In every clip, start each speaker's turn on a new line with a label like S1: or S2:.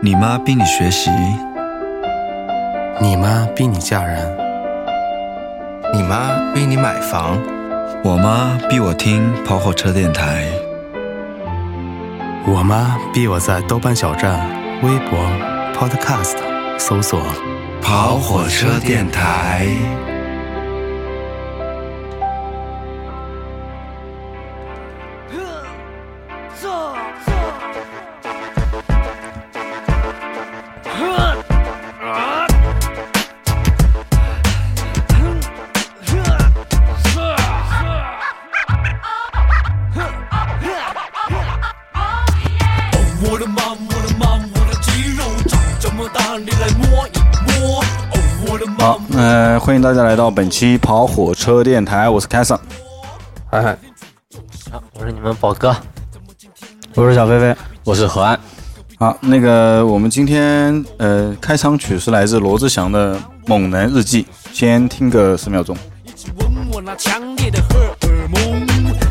S1: 你妈逼你学习，
S2: 你妈逼你嫁人，
S3: 你妈逼你买房，
S1: 我妈逼我听跑火车电台，
S2: 我妈逼我在豆瓣小站、微博、Podcast 搜索
S1: 跑火车电台。
S4: 我的妈，我的妈，我的肌肉长这么大，你来摸一摸。哦，我的妈
S5: 好，，呃，欢迎大家来到本期跑火车电台，我是凯森。
S2: 哎，我是你们宝哥，
S5: 我是小飞飞。
S2: 我是何安。
S5: 好，那个我们今天呃开场曲是来自罗志祥的《猛男日记》，先听个十秒钟。
S4: 一起吻我那强烈的荷尔蒙。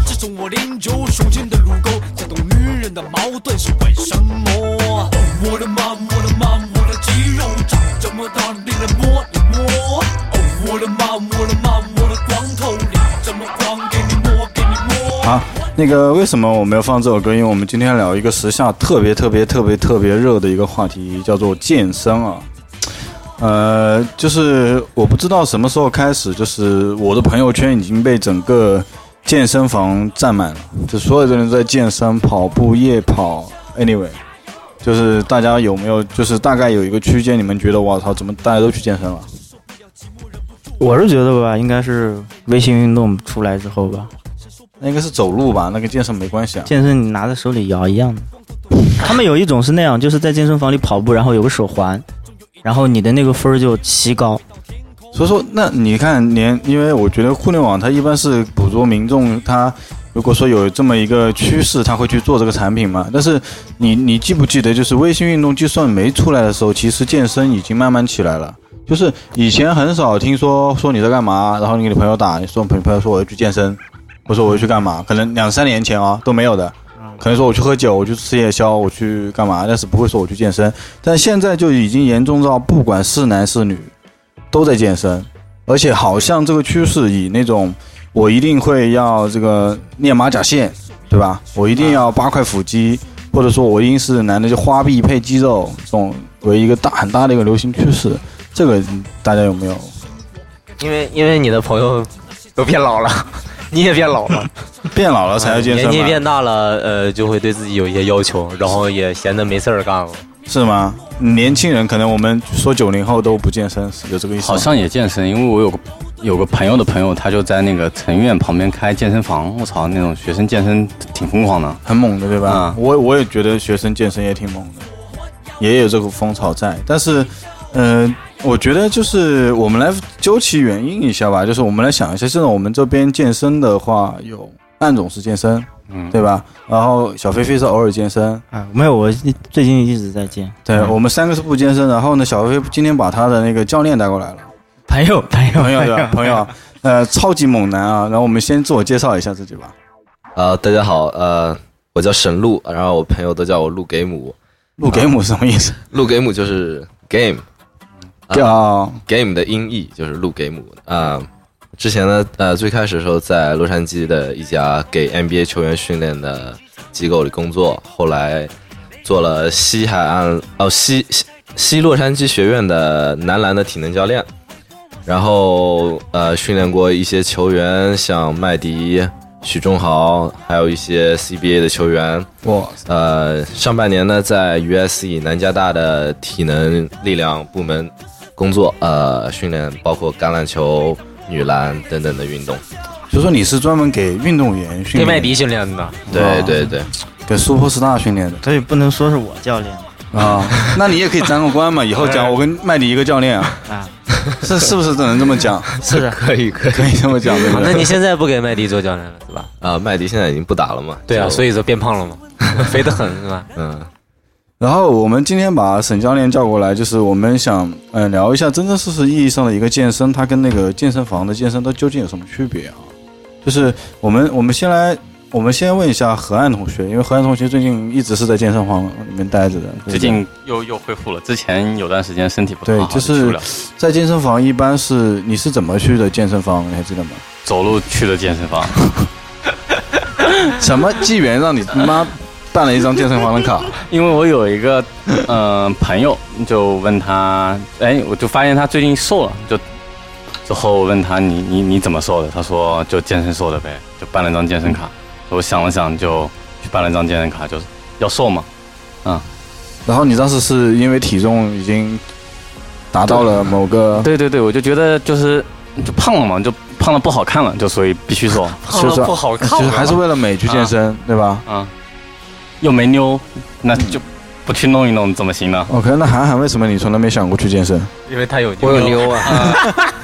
S4: 自从我练就雄性的乳沟，才懂女人的矛盾是为什么。哦，我的妈，我的妈，我的肌肉长这么大，你来摸一摸。哦，我的妈，我的妈，我的光头你这么光，给你摸，给你摸。
S5: 好，啊那个为什么我们要放这首歌？因为我们今天要聊一个时下特别特别特别特别热的一个话题，叫做健身啊。呃，就是我不知道什么时候开始，就是我的朋友圈已经被整个健身房占满了，就所有的人都在健身、跑步、夜跑。Anyway，就是大家有没有，就是大概有一个区间，你们觉得我操，怎么大家都去健身了？
S6: 我是觉得吧，应该是微信运动出来之后吧，
S5: 那应该是走路吧，那跟健身没关系啊。
S6: 健身你拿在手里摇一样的。他们有一种是那样，就是在健身房里跑步，然后有个手环，然后你的那个分儿就奇高。
S5: 所以说，那你看，连因为我觉得互联网它一般是捕捉民众，它如果说有这么一个趋势，它会去做这个产品嘛。但是你你记不记得，就是微信运动计算没出来的时候，其实健身已经慢慢起来了。就是以前很少听说说你在干嘛，然后你给你朋友打，你说朋朋友说我哎要去健身，我说我要去干嘛，可能两三年前啊都没有的。可能说我去喝酒，我去吃夜宵，我去干嘛，但是不会说我去健身。但现在就已经严重到不管是男是女，都在健身，而且好像这个趋势以那种我一定会要这个练马甲线，对吧？我一定要八块腹肌，或者说我一定是男的就花臂配肌肉这种为一个大很大的一个流行趋势。这个大家有没有？
S7: 因为因为你的朋友都变老了， 你也变老了，
S5: 变老了才要健身
S7: 年纪
S5: 吗？
S7: 变大了，呃，就会对自己有一些要求，然后也闲得没事儿干了。
S5: 是吗？年轻人可能我们说九零后都不健身，是有这个意思吗？
S8: 好像也健身，因为我有个有个朋友的朋友，他就在那个城院旁边开健身房。我操，那种学生健身挺疯狂的。
S5: 很猛的，对吧？
S8: 嗯
S5: 我我也觉得学生健身也挺猛的，也有这个风潮在。但是，嗯，我觉得就是我们来究其原因一下吧，就是我们来想一下，现在我们这边健身的话，有暗总是健身，
S8: 嗯，
S5: 对吧？然后小飞飞是偶尔健身，
S6: 啊，没有，我最近一直在健。嗯
S5: 对、
S8: 嗯
S5: 我们三个是不健身。然后呢，小飞飞今天把他的那个教练带过 来了，
S6: 朋友，朋友，
S8: 哎
S5: 朋友对吧？朋友，呃，超级猛男啊。然后我们先自我介绍一下自己吧。
S3: 呃，大家好，呃，我叫沈路，然后我朋友都叫我路给姆，
S8: 嗯
S5: 陆给姆是什么意思？
S3: 路给姆就是 game 啊
S5: 叫
S3: game 的音译就是路给姆啊。之前呢，呃，最开始的时候在洛杉矶的一家给 NBA 球员训练的机构里工作，后来做了西海岸哦西西西洛杉矶学院的男篮的体能教练，然后呃训练过一些球员，像麦迪、许忠豪，还有一些 CBA 的球员。
S5: 我
S3: 呃，上半年呢，在 USC 南加大的体能力量部门工作，呃，训练包括橄榄球、女篮等等的运动。
S5: 就说你是专门给运动员训
S7: 给
S5: 练的，
S7: 麦迪训练的，
S3: 对对对，
S5: 给 Super Star 训 练的
S6: 所以不能说是我教练
S5: 啊，那你也可以沾个光嘛。以后
S8: 哎
S5: 讲我跟麦迪一个教练啊，
S6: 啊。
S5: 是是不是只能这么讲？
S6: 是的，
S3: 可以可以。
S5: 可以这么讲，对不
S7: 那
S5: 对？
S7: 你现在不给麦迪做教练了是吧？
S3: 啊、麦迪现在已经不打了嘛？
S7: 对啊，所
S3: 以
S7: 以说变胖了嘛，肥得很是吧？
S3: 嗯，
S5: 然后我们今天把沈教练叫过来，就是我们想嗯、呃聊一下真真实实意义上的一个健身，它跟那个健身房的健身它究竟有什么区别啊？就是我们我们先来我们先问一下河岸同学，因为河岸同学最近一直是在健身房里面待着的。对不对
S8: 最近又又恢复了，之前有段时间身体不太
S5: 对
S8: 好，
S5: 就是
S8: 去不了
S5: 在健身房一般是你是怎么去的健身房？你还记得吗？
S8: 走路去的健身 房，
S5: 什么机缘让你他妈办了一张健身房的卡？
S8: 因为我有一个嗯、呃朋友，就问他，哎，我就发现他最近瘦了，就之后我问他你你你怎么瘦的？他说就健身瘦的呗，就办了张健身卡。我想了想，就去办了张健身卡，就是要瘦嘛，
S5: 然后你当时是因为体重已经达到了某个，
S8: 对对对，我就觉得就是就胖了嘛，就胖了不好看了，就所以必须 瘦。
S5: 就
S7: 胖
S5: 是
S7: 了不好看啊了
S5: 就是还是为了美去健身，对吧
S8: 啊，又没妞，那就不去弄一弄怎么行呢？
S5: ？OK，那韩寒为什么你从来没想过去健身？
S7: 因为他有我有妞啊，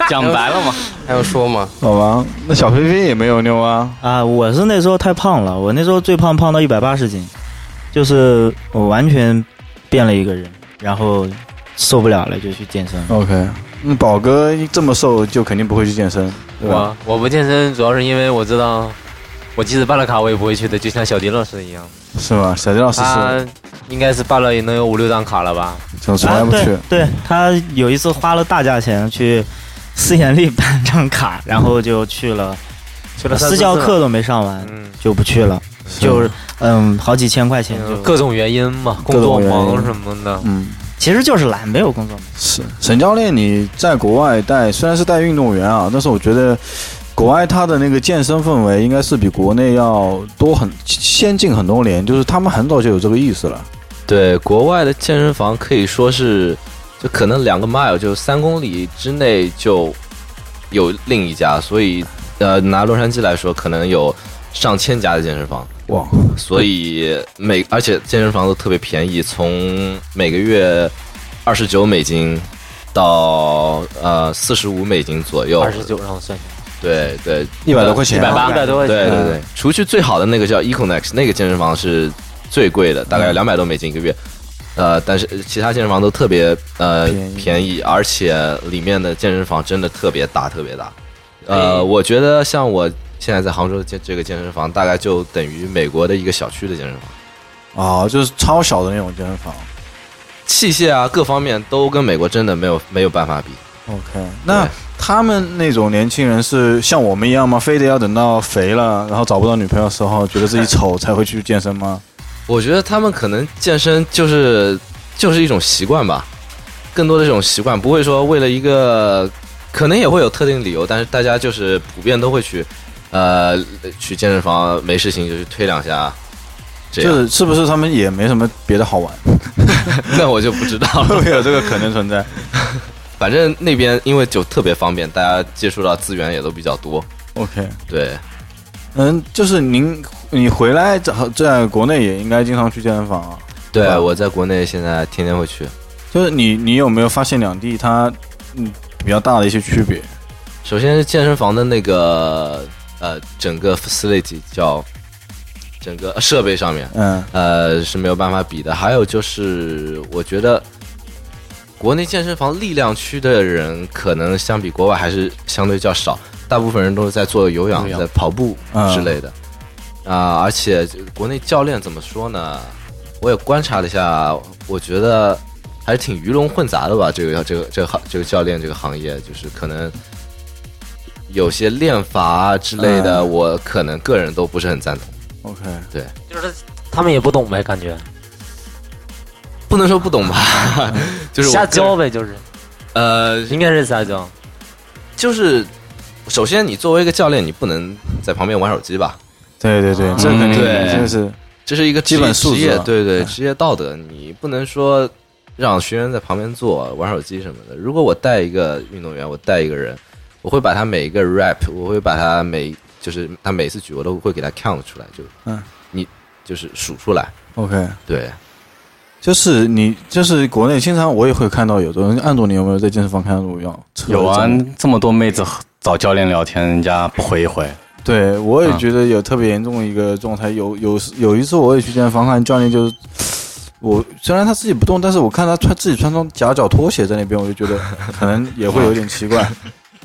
S8: 讲白了嘛，
S7: 还用说吗？
S5: 好吧，那小飞飞也没有妞啊。
S6: 啊，我是那时候太胖了，我那时候最胖胖到一百八十斤，就是我完全变了一个人，然后受不了了就去健身了。
S5: OK，那宝哥这么瘦就肯定不会去健身，对吧？
S7: 我我不健身，主要是因为我知道，我即使办了卡，我也不会去的，就像小迪老师一样，
S5: 是吗？小迪老师是
S7: 他应该是办了也能有五六张卡了吧？
S5: 从从来不去。
S6: 啊对。对他有一次花了大价钱去斯眼利办张卡，然后就去了，
S7: 去了三
S6: 私
S7: 四
S6: 教
S7: 次
S6: 课
S7: 了，
S6: 都没上完
S7: 嗯，
S6: 就不去了，就是嗯好几千块钱
S7: 嗯
S6: 就，
S7: 各种原因嘛，工
S5: 各种
S7: 作
S5: 原因
S7: 忙什么的。
S5: 嗯，
S6: 其实就是懒，没有工作嘛。
S5: 是沈教练，你在国外带虽然是带运动员啊，但是我觉得国外他的那个健身氛围应该是比国内要多很先进很多年，就是他们很早就有这个意识了。
S3: 对，国外的健身房可以说是，就可能两个 mile 就三公里之内就有另一家，所以呃，拿洛杉矶来说，可能有上千家的健身房，
S5: 哇，
S3: 所以每而且健身房都特别便宜，从每个月二十九美金到呃四十五美金左右，
S7: 二十九，让我算一下，
S3: 对对，
S5: 一百多块钱，啊
S8: 一百八
S7: 一百多块
S3: 啊对
S7: 钱，啊
S3: 对对，除去最好的那个叫 Econex，那个健身房是最贵
S7: 嗯
S3: 的，大概两百多美金一个月。呃，但是其他健身房都特别呃
S5: 便宜
S3: 便宜，而且里面的健身房真的特别大，特别大。呃，我觉得像我现在在杭州的健这个健身房，大概就等于美国的一个小区的健身房，
S5: 啊，就是超小的那种健身房。
S3: 器械啊各方面都跟美国真的没有没有办法比。
S5: OK，那他们那种年轻人是像我们一样吗？非得要等到肥了，然后找不到女朋友的时候，觉得自己丑才会去健身 吗？
S3: 我觉得他们可能健身就是就是一种习惯吧，更多的这种习惯，不会说为了一个，可能也会有特定理由，但是大家就是普遍都会去，呃，去健身房没事情就去推两下，这
S5: 就
S3: 样，
S5: 是是不是他们也没什么别的好 玩？
S3: 那我就不知道
S5: 会
S3: 了
S5: 不。会有这个可能存在？
S3: 反正那边因为就特别方便，大家接触到资源也都比较多，
S5: OK，
S3: 对。
S5: 嗯，就是您，你回来在在国内也应该经常去健身房啊。
S3: 对，
S5: 嗯
S3: 我在国内现在天天会去。
S5: 就是你，你有没有发现两地它嗯比较大的一些区别？
S3: 首先是健身房的那个呃，整个 facility 叫整个呃设备上面，
S5: 嗯，
S3: 呃是没有办法比的。还有就是，我觉得国内健身房力量区的人可能相比国外还是相对较少，大部分人都是在做有氧、
S8: 有氧嗯
S3: 在跑步
S5: 嗯
S3: 之类的。啊、而且这个国内教练怎么说呢？我也观察了一下，我觉得还是挺鱼龙混杂的吧。这个这个这个行这个教练这个行业，就是可能有些练法之类的，
S5: 嗯
S3: 我可能个人都不是很赞同。
S5: OK，
S7: 就是他们也不懂呗，感觉
S3: 不能说不懂 吧，就是我
S7: 瞎
S3: 个人
S7: 教呗，就是
S3: 呃，
S7: 应该是瞎教。
S3: 就是首先你作为一个教练，你不能在旁边玩手机吧？
S5: 对对对，这肯定
S3: 对
S5: 这是
S3: 这是一个职
S5: 基本素质
S3: 职业
S5: 啊
S3: 对对
S5: 嗯
S3: 职业道德，你不能说让学员在旁边坐玩手机什么的。如果我带一个运动员，我带一个人，我会把他每一个 rap，我会把他每就是他每次举，我都会给他 count 出来，就
S5: 嗯，
S3: 你就是数出来，
S5: OK。
S3: 对。
S5: 就是你，就是国内经常我也会看到有的人，按总你有没有在健身房看到过要扯
S8: 有啊
S5: 这种，
S8: 这么多妹子找教练聊天，人家不回一回，
S5: 对，我也
S8: 嗯
S5: 觉得有特别严重的一个状态。有有有一次我也去健身房看教练，就是我虽然他自己不动，但是我看他穿自己穿双夹脚拖鞋在那边，我就觉得可能也会有点奇 怪。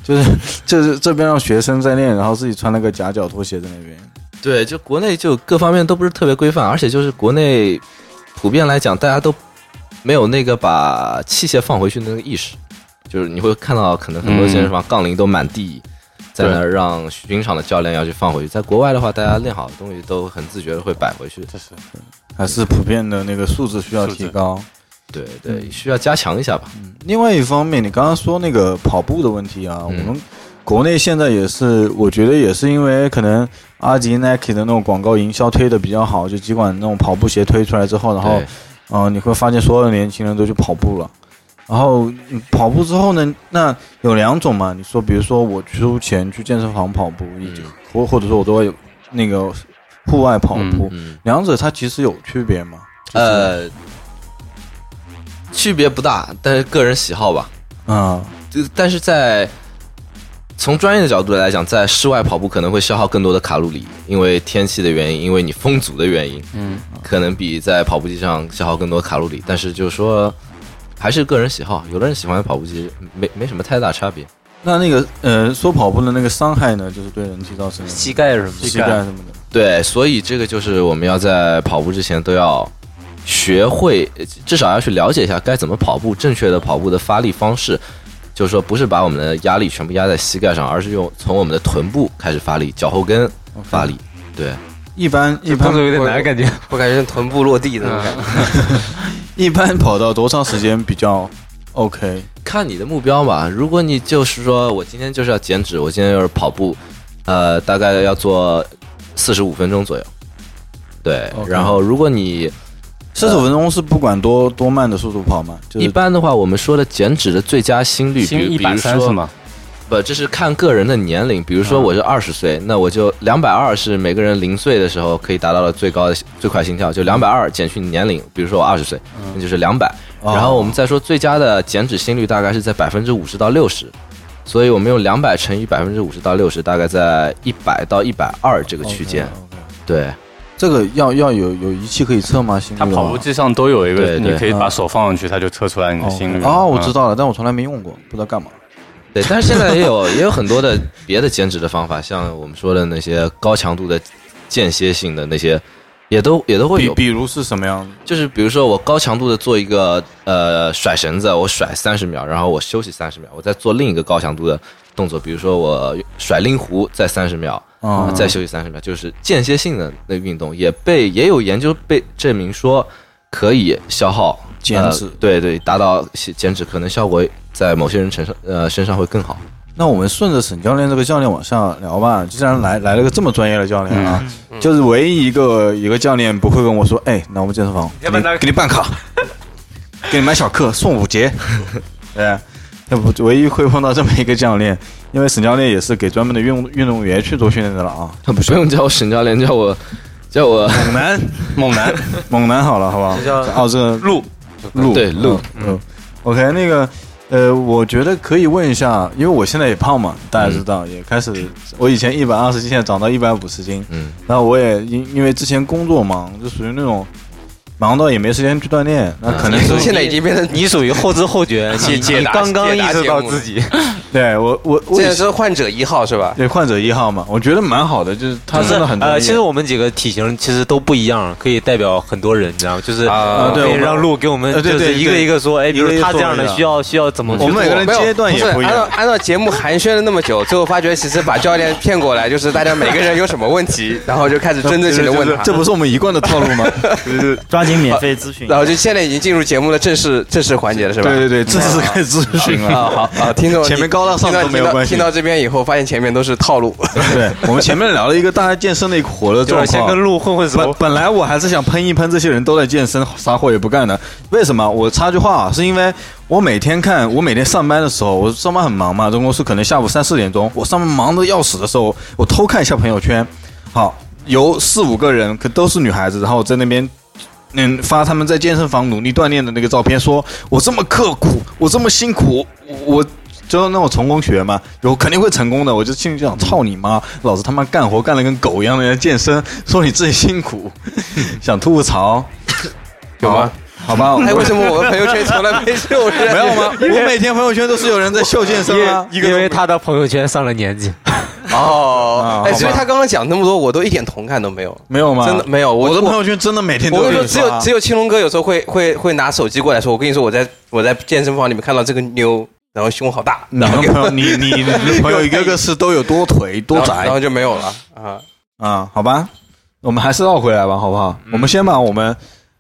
S5: 就是就是这边让学生在练，然后自己穿了个夹脚拖鞋在那边，
S3: 对，就国内就各方面都不是特别规范，而且就是国内普遍来讲，大家都没有那个把器械放回去的那个意识，就是你会看到可能很多健身房杠铃都满地。在那儿让巡场的教练要去放回去，在国外的话，大家练好的东西都很自觉的会摆回去。
S8: 这是
S5: 还是普遍的那个素质需要提高。
S3: 对对，需要加强一下吧。
S5: 另外一方面，你刚刚说那个跑步的问题啊，
S3: 嗯
S5: 我们国内现在也是，我觉得也是因为可能阿迪、Nike 的那种广告营销推的比较好，就几款那种跑步鞋推出来之后，然后
S3: 对
S5: 嗯、呃你会发现所有的年轻人都去跑步了。然后嗯跑步之后呢，那有两种嘛，你说比如说我出钱去健身房跑步，以及
S3: 嗯
S5: 或或者说我都会那个户外跑步，
S3: 嗯，
S5: 两者它其实有区别吗？
S3: 呃，区别不大，但是个人喜好吧。
S5: 啊、
S3: 就但是在从专业的角度来讲，在室外跑步可能会消耗更多的卡路里，因为天气的原因，因为你风阻的原因，
S8: 嗯，
S3: 可能比在跑步机上消耗更多卡路里。但是就是说，还是个人喜好，有的人喜欢跑步机，没没什么太大差别。
S5: 那那个呃，说跑步的那个伤害呢，就是对人体造成的
S7: 膝盖什么的
S5: 膝盖什么的。
S3: 对，所以这个就是我们要在跑步之前都要学会，呃至少要去了解一下该怎么跑步，正确的跑步的发力方式。就是说，不是把我们的压力全部压在膝盖上，而是用从我们的臀部开始发力，脚后跟发力。
S9: 嗯
S3: 对，
S5: 一般一般
S7: 动作有点难，感觉。
S9: 我感觉是臀部落地的那
S8: 嗯
S9: 种感觉。
S5: 一般跑到多长时间比较 OK？
S3: 看你的目标吧。如果你就是说我今天就是要减脂，我今天就是跑步，呃，大概要做四十五分钟左右。对
S5: OK
S3: 然后如果你
S5: 四十五分钟是不管多多慢的速度跑吗？就
S3: 一
S5: 是
S3: 般的话，我们说的减脂的最佳心率，比
S8: 新
S3: 如
S8: 一
S3: 比如
S8: 百三
S3: 说
S8: 是吗？
S3: 不，这是看个人的年龄。比如
S5: 嗯
S3: 说我是二十岁，那我就两百二是每个人零岁的时候可以达到的最高的最快心跳，就两百二减去你年龄。比如说我二十岁，那就是两百、
S5: 嗯哦
S3: 然后我们再说最佳的减脂心率大概是在百分之五十到六十，所以我们用两百乘以百分之五十到六十，大概在一百到一百二这个区间。
S5: OK，OK
S3: 对，
S5: 呃这个要要有有仪器可以测吗？心率啊
S8: 它
S5: 的话
S8: 跑步机上都有
S3: 对
S8: 一个，
S3: 对
S8: 你可
S7: 嗯
S8: 以把手放上去，它就测出来你的心率。
S5: 哦，我知
S8: 嗯。
S5: 道了，但我从来没用过，不知道干嘛。
S3: 对，但是现在也有也有很多的别的减脂的方法，像我们说的那些高强度的间歇性的那些，也都也都会
S5: 比
S3: 有。
S5: 比如是什么样的？
S3: 就是比如说我高强度的做一个呃甩绳子，我甩三十秒，然后我休息三十秒，我再做另一个高强度的动作，比如说我甩令狐再三十秒，
S5: 啊
S3: 再休息三十秒，就是间歇性的那运动，也被也有研究被证明说可以消耗
S5: 减脂
S3: 呃对对，达到减脂可能效果在某些人身上呃身上会更好。
S5: 那我们顺着沈教练这个教练往下聊吧，既然来来了个这么专业的教练啊，就是唯一一个一个教练不会跟我说，哎，那我们健身房给你给你办卡，给你买小课送五节，对，那不唯一会碰到这么一个教练，因为沈教练也是给专门的运动运动员去做训练的了啊，
S3: 不用叫我沈教练，叫我叫我
S5: 猛男猛男猛男好了，好不好？
S9: 叫
S5: 哦，这个
S9: 路
S5: 路
S3: 对路，
S5: 嗯嗯，OK，那个呃，我觉得可以问一下，因为我现在也胖嘛，大家知道，
S7: 嗯
S5: 也开始我以前一百二十斤，现在长到一百五十斤，
S3: 嗯，
S5: 然后我也因因为之前工作忙，就属于那种忙到也没时间去锻炼，
S7: 嗯
S5: 那可能 是
S9: 现在已经变成
S7: 你属于后知后觉，你你刚刚意识到自己，
S5: 对我我我
S9: 现
S5: 也
S9: 在
S5: 是
S9: 是患者一号是吧？
S5: 对患者一号嘛，我觉得蛮好的，就是他
S7: 就是
S5: 啊真的很
S7: 呃，
S5: 专
S7: 其
S5: 业
S7: 实。我们几个体型其实都不一样，可以代表很多人，你知道吗？就是呃
S9: 啊
S7: 可
S5: 对我
S7: 以
S5: 们
S7: 让路给我们
S5: 呃，对
S7: 就
S5: 对
S7: 是一个
S5: 对
S7: 一个说，哎，比
S5: 一个
S7: 如
S5: 一个
S7: 他这
S5: 说
S7: 样的
S5: 一下
S7: 需要需要怎么去
S5: 我们每个人
S9: 没有
S5: 阶段也
S9: 是
S5: 不一样
S9: 按照按照节目寒暄了那么久，最后发觉其实把教练骗过来，就是大家每个人有什么问题，然后就开始针对性的问他
S5: 这。不是我们一贯的套路 吗？就是
S6: 抓紧免费咨询。
S9: 然后就现在已经进入节目的正式正式环节了，是吧？
S5: 对对对，这次开始咨询
S9: 啊，
S5: 了。
S9: 好啊，听众
S5: 前面高大上
S9: 听到
S5: 都没有
S9: 听到
S5: 关系
S9: 听到这边以后，发现前面都是套路。
S5: 对， 我们前面聊了一个大家健身的一个火热
S7: 就
S5: 状
S7: 是先
S5: 况，
S7: 跟路混混
S5: 本
S7: 熟。
S5: 本来我还是想喷一喷这些人都在健身，啥活也不干的。为什么？我插句话啊，是因为我每天看，我每天上班的时候，我上班很忙嘛，这公司可能下午三四点钟，我上班忙得要死的时候，我偷看一下朋友圈，好，有四五个人，可都是女孩子，然后在那边。嗯，发他们在健身房努力锻炼的那个照片，说我这么刻苦，我这么辛苦，我我就是那种成功学嘛，有肯定会成功的。我就心里就想，操你妈，老子他妈干活干得跟狗一样的，人家健身，说你自己辛苦， 想吐槽，有吗？好吧，我
S9: 哎， 为什么我们朋友圈从来没是有人？
S5: 没有吗？我每天朋友圈都是有人在秀健身啊，
S7: 因为他的朋友圈上了年纪，
S9: 哦
S5: 啊，
S9: 哎，
S5: 好
S9: 所以
S5: 吧
S9: 他刚刚讲那么多，我都一点同感都没有，
S5: 没有吗？
S9: 真的没有。我
S5: 我的朋
S9: 我
S5: 友圈真的每天都
S9: 我跟你
S5: 有
S9: 说，
S5: 人
S9: 只
S5: 发
S9: 有只有青龙哥有时候会会会拿手机过来说，我跟你说，我在我在健身房里面看到这个妞，然后胸好大，
S5: 你的朋友，你你 你的朋友一个个是都有多腿多
S9: 然后然
S5: 宅
S9: 后就没有了啊。
S5: 啊？好吧，我们还是绕回来吧，好不好？我们先把我们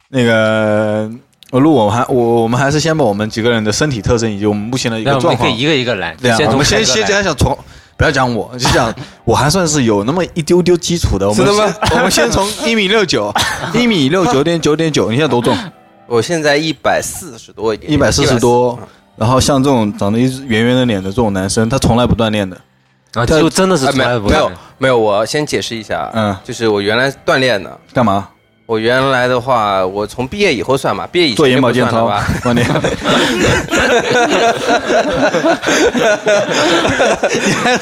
S5: 那个呃录，我们还我我们还是先把我们几个人的身体特征以及我们目前的一
S7: 那
S5: 个
S7: 我
S5: 状
S7: 们可
S5: 况
S7: 以，一个一个来，
S5: 对啊，我
S7: 从
S5: 们先
S7: 凯哥
S5: 先
S7: 来
S5: 讲讲从。不要讲我，就 讲我还算是有那么一丢丢基础的。我们
S9: 真的
S5: 先
S9: 吗
S5: 我们先从一米六 九，一米六九点九点九，你现在多重？
S9: 我现在一百四十多一点，
S5: 140多
S9: 嗯
S5: 然后像这种长得一直圆圆的脸的这种男生，他从来不锻炼的。
S7: 啊，就真的是
S9: 啊，
S7: 从
S9: 没
S7: 来不
S9: 没有没有，我先解释一下，
S5: 嗯
S9: 嗯，就是我原来锻炼的，
S5: 干嘛？
S9: 我原来的话，我从毕业以后算嘛，毕业以前
S5: 做眼保健
S9: 就不算
S5: 操
S9: 了 吧，
S5: 锻炼。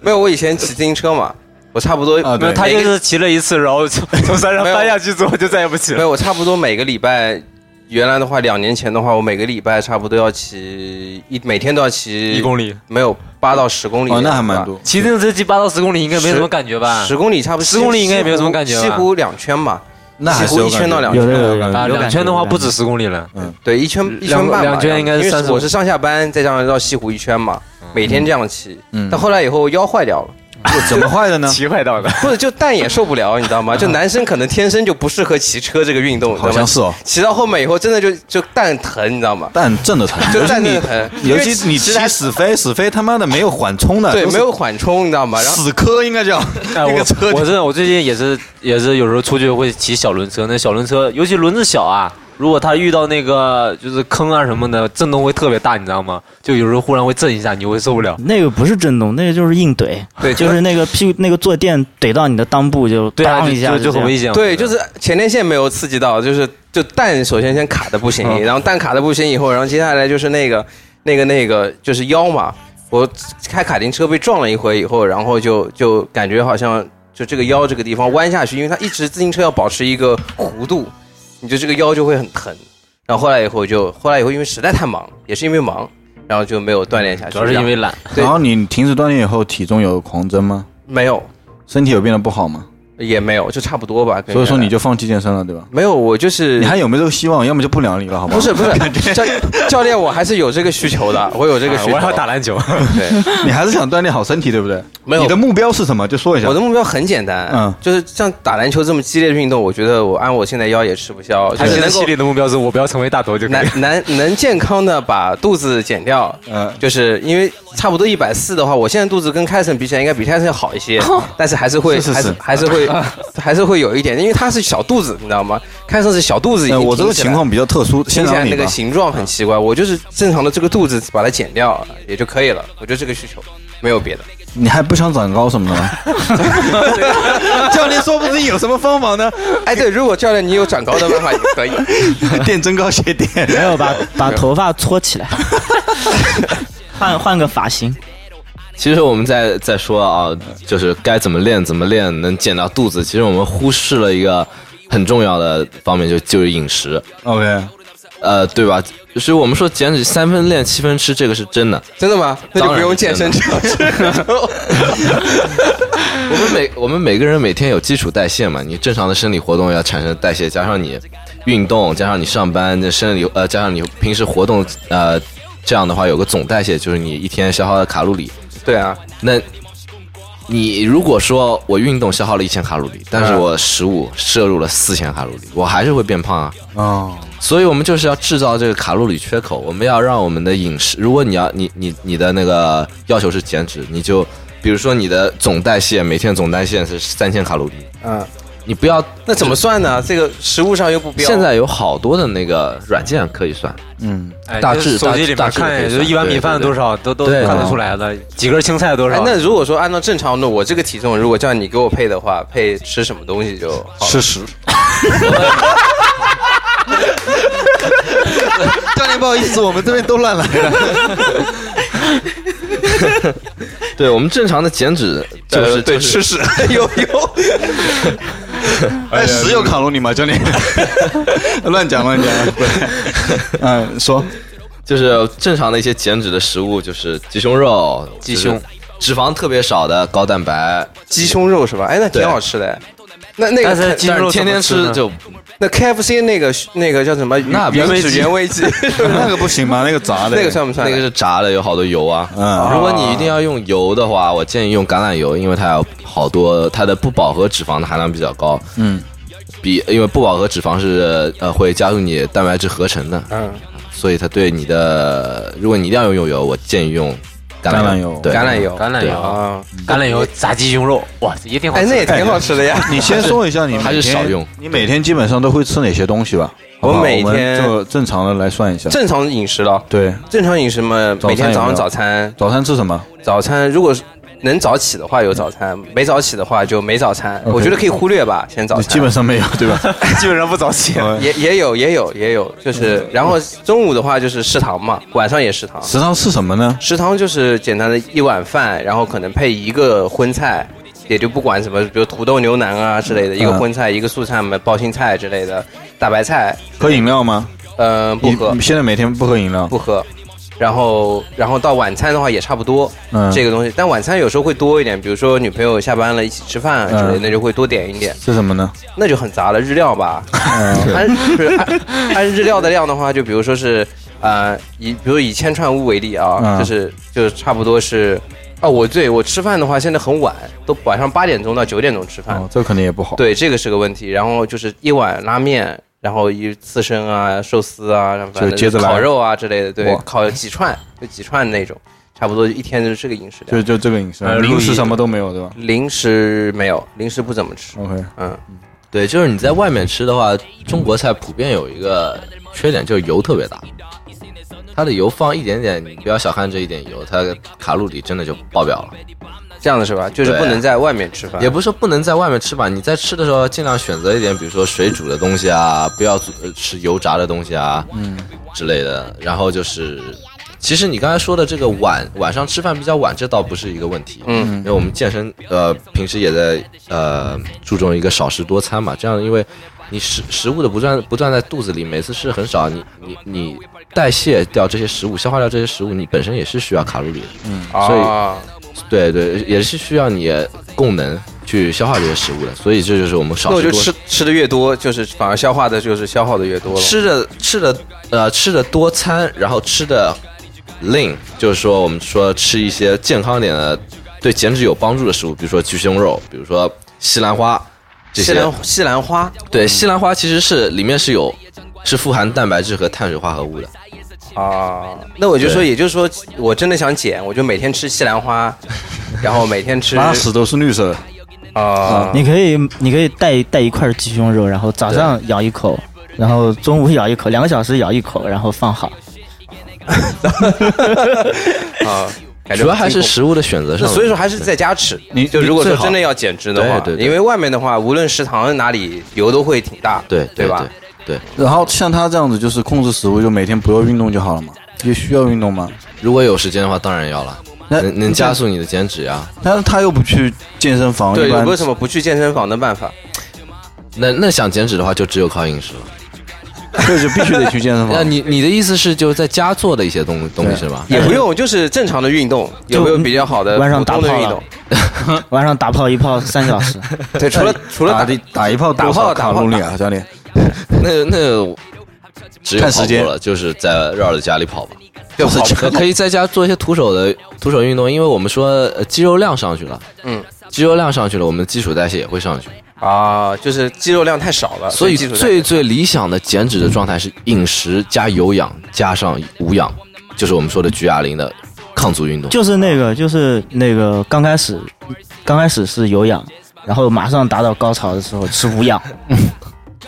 S9: 没有，我以前骑自行车嘛，我差不多
S5: 啊对
S9: 每个
S7: 他就是骑了一次，然后从从山上翻下去之后就再也不骑
S9: 没
S7: 了。
S9: 有，我差不多每个礼拜，原来的话，两年前的话，我每个礼拜差不多要骑一，每天都要骑
S7: 一公里，
S9: 没有八到十公里，
S5: 哦，那还蛮
S9: 啊
S5: 多。
S7: 骑自行车骑八到十公里应该没什么感觉吧？
S9: 十公里差不多，
S7: 10公里应该也没有什么感觉吧
S9: 西湖两圈吧，
S5: 那还是
S9: 西湖一圈到两
S6: 有
S9: 圈，
S6: 的有的
S7: 啊，
S6: 有
S7: 两
S6: 感
S7: 圈
S6: 觉
S7: 的话
S6: 有感
S7: 不
S6: 觉
S7: 止十公里了。
S9: 对，一圈一圈半吧，
S7: 两圈应该
S9: 因为
S7: 35
S9: 我是上下班，再加上到西湖一圈嘛，每天这样骑。
S5: 嗯
S9: 但后来以后腰坏掉 了，
S5: 哦怎么坏的 呢？
S7: 骑坏到的，
S9: 不是就蛋也受不了，你知道吗？就男生可能天生就不适合骑车这个运动，你知道
S5: 好
S9: 吗
S5: 像是哦，
S9: 骑到后面以后，真的就就蛋疼，你知道吗？
S5: 但正 的疼，
S9: 就
S5: 尤其
S9: 蛋
S5: 你
S9: 得，疼，
S5: 尤
S9: 因
S5: 其
S9: 为
S5: 你
S9: 骑
S5: 骑死飞，死飞他妈的没有缓冲
S7: 啊
S5: 的，
S9: 对
S5: 都是
S9: 没有缓冲，你知道吗？然后
S5: 死磕应该叫
S7: 哎，
S5: 那
S7: 我
S5: 个车
S7: 我
S5: 就
S7: 真的我最近也是也是有时候出去会骑小轮车，那小轮车尤其轮子小啊，如果它遇到那个就是坑啊什么的，震动会特别大，你知道吗？就有时候忽然会震一下，你会受不了。
S6: 那个不是震动，那个就是硬怼，
S9: 对
S6: 就是那个屁股那个坐垫怼到你的裆部就
S7: 对啊，
S6: 当
S7: 就
S6: 一下
S7: 就就
S6: 这
S7: 很
S6: 样
S7: 危险。
S9: 对，就是前列腺没有刺激到，就是就蛋首先先卡的不
S5: 嗯
S9: 行，然后蛋卡的不行以后，然后接下来就是那个那个那个就是腰嘛，我开卡丁车被撞了一回以后，然后就就感觉好像就这个腰这个地方弯下去，因为它一直自行车要保持一个弧度，你就这个腰就会很疼。然后后来以后就后来以后因为实在太忙了，也是因为忙，然后就没有锻炼下去，
S7: 主要是因为懒。
S9: 对
S5: 然后你停止锻炼以后，体重有狂增吗？
S9: 没有
S5: 身体有变得不好吗？
S9: 也没有，就差不多吧。跟
S5: 所以说你
S9: 原来
S5: 就放弃健身了，对吧？
S9: 没有，我就是
S5: 你还有没有这个希望？要么就不聊你了，好不好？
S9: 不是，不是，教教练，我还是有这个需求的，我有这个需求。
S7: 我要打篮球，
S9: 对，
S5: 你还是想锻炼好身体，对不对？
S9: 没有
S5: 你的目标是什么？就说一下
S9: 我。的目标很简单，
S5: 嗯
S9: 就是像打篮球这么激烈的运动，我觉得我按我现在腰也吃不消，就
S7: 他
S9: 是
S7: 现在
S9: 能
S7: 心
S9: 够
S7: 里的目标是我不要成为大头就可以了。
S9: 能能能健康的把肚子减掉。
S5: 嗯，
S9: 就是因为差不多一百四的话，我现在肚子跟凯森比起来，应该比凯森要好一些，但是还是会
S5: 是是
S9: 还是
S5: 是
S9: 还是会还是会有一点，因为他是小肚子，你知道吗？凯森是小肚子已
S5: 呃
S9: 经
S5: 我
S9: 挺起来了，
S5: 这个情况比较特殊，先
S9: 听起
S5: 聊
S9: 来
S5: 你
S9: 那
S5: 吧
S9: 个。形状很奇怪，我就是正常的这个肚子把它剪掉也就可以了，我就这个需求，没有别的。
S5: 你还不想长高什么的吗？教练说不定有什么方法呢？
S9: 哎，对，如果教练你有长高的办法也可以，
S5: 垫增高鞋垫。
S6: 没有把 把头发搓起来，换换个发型，
S3: 其实我们在在说啊，就是该怎么练怎么练能减到肚子。其实我们忽视了一个很重要的方面，就就是饮食，
S5: OK，
S3: 呃，对吧？所以我们说减脂三分练七分吃，这个是真的。
S9: 真的吗？那就不用健身
S3: 当
S9: 这样吃。
S3: 我们每我们每个人每天有基础代谢嘛，你正常的生理活动要产生代谢，加上你运动，加上你上班这生理呃，加上你平时活动呃，这样的话有个总代谢，就是你一天消耗的卡路里。
S9: 对啊，
S3: 那你如果说我运动消耗了一千卡路里，但是
S9: 嗯
S3: 我食物摄入了四千卡路里，我还是会变胖啊。
S5: 哦，
S3: 所以我们就是要制造这个卡路里缺口，我们要让我们的饮食，如果你要你你你的那个要求是减脂，你就比如说你的总代谢每天总代谢是三千卡路里，
S9: 嗯，
S3: 你不要。
S9: 那怎么算呢？这个食物上又不标。
S3: 现在有好多的那个软件可以算，
S5: 嗯，
S7: 哎
S3: 大
S7: 就是
S3: 致
S7: 手机里面
S3: 大致大致
S7: 看，
S3: 可以
S7: 就
S3: 算
S7: 是一碗
S3: 对
S7: 米饭
S3: 对对
S7: 多少都都
S3: 对
S7: 看得出来的，几根青菜多
S9: 哎
S7: 少。，
S9: 那如果说按照正常的我这个体重，如果叫你给我配的话，配吃什么东西就好了。
S5: 吃屎。教练，不好意思，我们这边都乱来了。
S3: 对我们正常的减脂就是
S9: 对
S3: 就是
S9: 吃屎有有，
S5: 哎，屎有卡路里吗？教练， 乱讲乱讲。嗯，说
S3: 就是正常的一些减脂的食物，就是鸡胸肉、
S7: 鸡胸
S3: 就是脂肪特别少的高蛋白，
S9: 鸡胸肉是吧？哎，那挺
S3: 对
S9: 好吃的。那那
S7: 但是
S9: 个
S7: 鸡胸
S3: 但是
S7: 肉
S3: 天天
S7: 怎么
S3: 吃
S7: 呢
S3: 就
S9: 那 KFC 那个那个叫什么？
S3: 那
S9: 原
S3: 原味
S9: 始
S3: 鸡
S9: 原味鸡，
S5: 那个不行啊吗？那个炸的，
S9: 那个算不算？
S3: 那个是炸的，有好多油啊。
S5: 嗯
S3: 如果你一定要用油的话，我建议用橄榄油，因为它有好多它的不饱和脂肪的含量比较高。
S5: 嗯，
S3: 比因为不饱和脂肪是呃会加速你蛋白质合成的，
S9: 嗯，
S3: 所以它对你的，如果你一定要用油，我建议用橄
S5: 橄
S3: 榄
S5: 榄油
S3: 对，
S9: 橄榄油
S7: 橄榄油，
S9: 啊，
S7: 橄榄油炸鸡胸肉，哇，也挺好
S9: 哎，
S7: 吃
S9: 那也
S7: 的。
S9: 挺好吃的呀。
S5: 你先说一下你
S3: 还
S5: 每
S3: 是
S5: 天
S3: 少用
S5: 你每天基本上都会吃哪些东西吧？好不好
S9: 我每天
S5: 我们就 正常的来算一下。
S9: 正常饮食了，
S5: 对，
S9: 正常饮食嘛，
S5: 早餐
S9: 每天
S5: 有
S9: 早
S5: 没
S9: 上
S5: 有
S9: 早餐，
S5: 早餐吃什么？
S9: 早餐如果是能早起的话有早餐，没早起的话就没早餐。
S5: OK
S9: 我觉得可以忽略吧，先早
S5: 你
S9: 餐。
S5: 基本上没有，对吧？
S9: 基本上不早起
S5: 嗯
S9: 也也有也有也有，就是然后中午的话就是食堂嘛，晚上也食堂。
S5: 食堂吃什么呢？
S9: 食堂就是简单的一碗饭，然后可能配一个荤菜，也就不管什么，比如土豆牛腩啊
S5: 嗯
S9: 之类的，一个荤菜，一个素菜嘛，包心菜之类的，大白菜，
S5: 喝饮料吗？
S9: 嗯、不
S5: 你
S9: 喝
S5: 你现在每天不喝饮料？
S9: 不喝。然后，然后到晚餐的话也差不多，
S5: 嗯，
S9: 这个东西，但晚餐有时候会多一点，比如说女朋友下班了一起吃饭啊之类的，
S5: 嗯
S9: 那就会多点一点，
S5: 是什么 呢？嗯
S9: 那就很杂了。日料吧，按不是按按日料的量的话，就比如说是呃以比如以千串屋为例啊，
S5: 嗯
S9: 就是就是差不多是哦，我对我吃饭的话现在很晚，都晚上八点钟到九点钟吃饭，
S5: 哦，这肯定也不好。，
S9: 对这个是个问题。然后就是一碗拉面，然后一刺身啊、寿司啊，然后反
S5: 就接
S9: 正
S5: 着来
S9: 烤肉啊之类的，对
S5: 哇，
S9: 烤几串就几串那种，差不多一天就是这个饮食量。
S5: 就就这个饮食啊
S7: 呃，
S5: 零
S7: 路
S5: 食
S7: 易
S5: 什么都没有，对吧
S9: 零食没有，零食不怎么吃。
S5: ？OK，
S9: 嗯，
S3: 对，就是你在外面吃的话，中国菜普遍有一个缺点，就是油特别大。它的油放一点点，你不要小看这一点油，它卡路里真的就爆表了。
S9: 这样的是吧？就是
S3: 对啊
S9: 不能在外面吃饭，
S3: 也不是说不能在外面吃吧，你在吃的时候尽量选择一点，比如说水煮的东西啊，不要做呃吃油炸的东西啊，嗯之类的。然后就是，其实你刚才说的这个晚晚上吃饭比较晚，这倒不是一个问题，
S9: 嗯，
S3: 因为我们健身呃平时也在呃注重一个少食多餐嘛，这样因为你食食物的不断不断在肚子里，每次吃很少，你你你代谢掉这些食物，消化掉这些食物，你本身也是需要卡路里的，所以
S9: 啊，
S3: 对对，也是需要你供能去消化这些食物的，所以这就是我们
S9: 那
S3: 少
S9: 我
S3: 食
S9: 就
S3: 多
S9: 吃吃的越多，就是反而消化的就是消耗的越多了。
S3: 吃的吃的呃吃的多餐，然后吃的 lean，就是说我们说吃一些健康点的，对减脂有帮助的食物，比如说鸡胸肉，比如说西兰花这
S9: 西
S3: 些。
S9: 兰西兰花，
S3: 对，西兰花其实是里面是有是富含蛋白质和碳水化合物的。
S9: 啊，那我就说，
S3: 对
S9: 也就是说，我真的想减，我就每天吃西 兰花，然后每天吃
S5: 拉屎都是绿色的。
S9: 啊，
S6: 你可以，你可以带带一块鸡胸肉，然后早上咬一口，然后中午咬一口，两个小时咬一口，然后放好。
S9: 啊，感觉
S3: 主要还是
S9: 挺
S3: 食物的选择
S9: 恐
S3: 上的，
S9: 怖。所以说还是在家吃。
S5: 你
S9: 就如果说真的
S3: 要
S9: 要减脂的话，
S3: 对对对
S9: 因为外面的话，无论食堂哪里油都会挺大，
S3: 对
S9: 对吧？？
S3: 对，
S5: 然后像他这样子，就是控制食物，就每天不要运动就好了嘛。也需要运动吗？
S3: 如果有时间的话，当然要了，
S5: 那
S9: 呃
S3: 能能加速你的减脂呀、
S5: 但是他又不去健身房，
S9: 对
S5: 一，般
S9: 为什么不去健身房的办法？
S3: 那那想减脂的话，就只有靠饮食了。
S5: 对就必须得去健身
S3: 那
S5: 房。
S3: 你你的意思是，就是在家做的一些东东西是吧？
S9: 也不用，就是正常的运动，有没有比较好的
S6: 晚上
S9: 普通的
S6: 打炮
S9: 运
S6: 了
S9: 动？
S6: 晚上打炮一炮三小时，
S9: 对，除了除了
S5: 哎打
S9: 打
S5: 的打一炮多
S9: 打炮
S5: 少
S9: 打炮
S5: 卡路里啊，教练？
S3: 那那只有
S5: 看
S3: 跑
S5: 时
S3: 步
S5: 间
S3: 了，就是在绕着家里跑 吧。
S9: 就跑
S3: 可可以在家做一些徒手的徒手运动，因为我们说呃肌肉量上去了，
S9: 嗯，
S3: 肌肉量上去了，我们的基础代谢也会上去。
S9: 啊，就是肌肉量太少了，
S3: 所以
S9: 啊基础代
S3: 最最理想的减脂的状态是饮食加有氧加上无氧，就是我们说的举哑铃的抗阻运动。
S6: 就是那个，就是那个，刚开始，刚开始是有氧，然后马上达到高潮的时候吃无氧，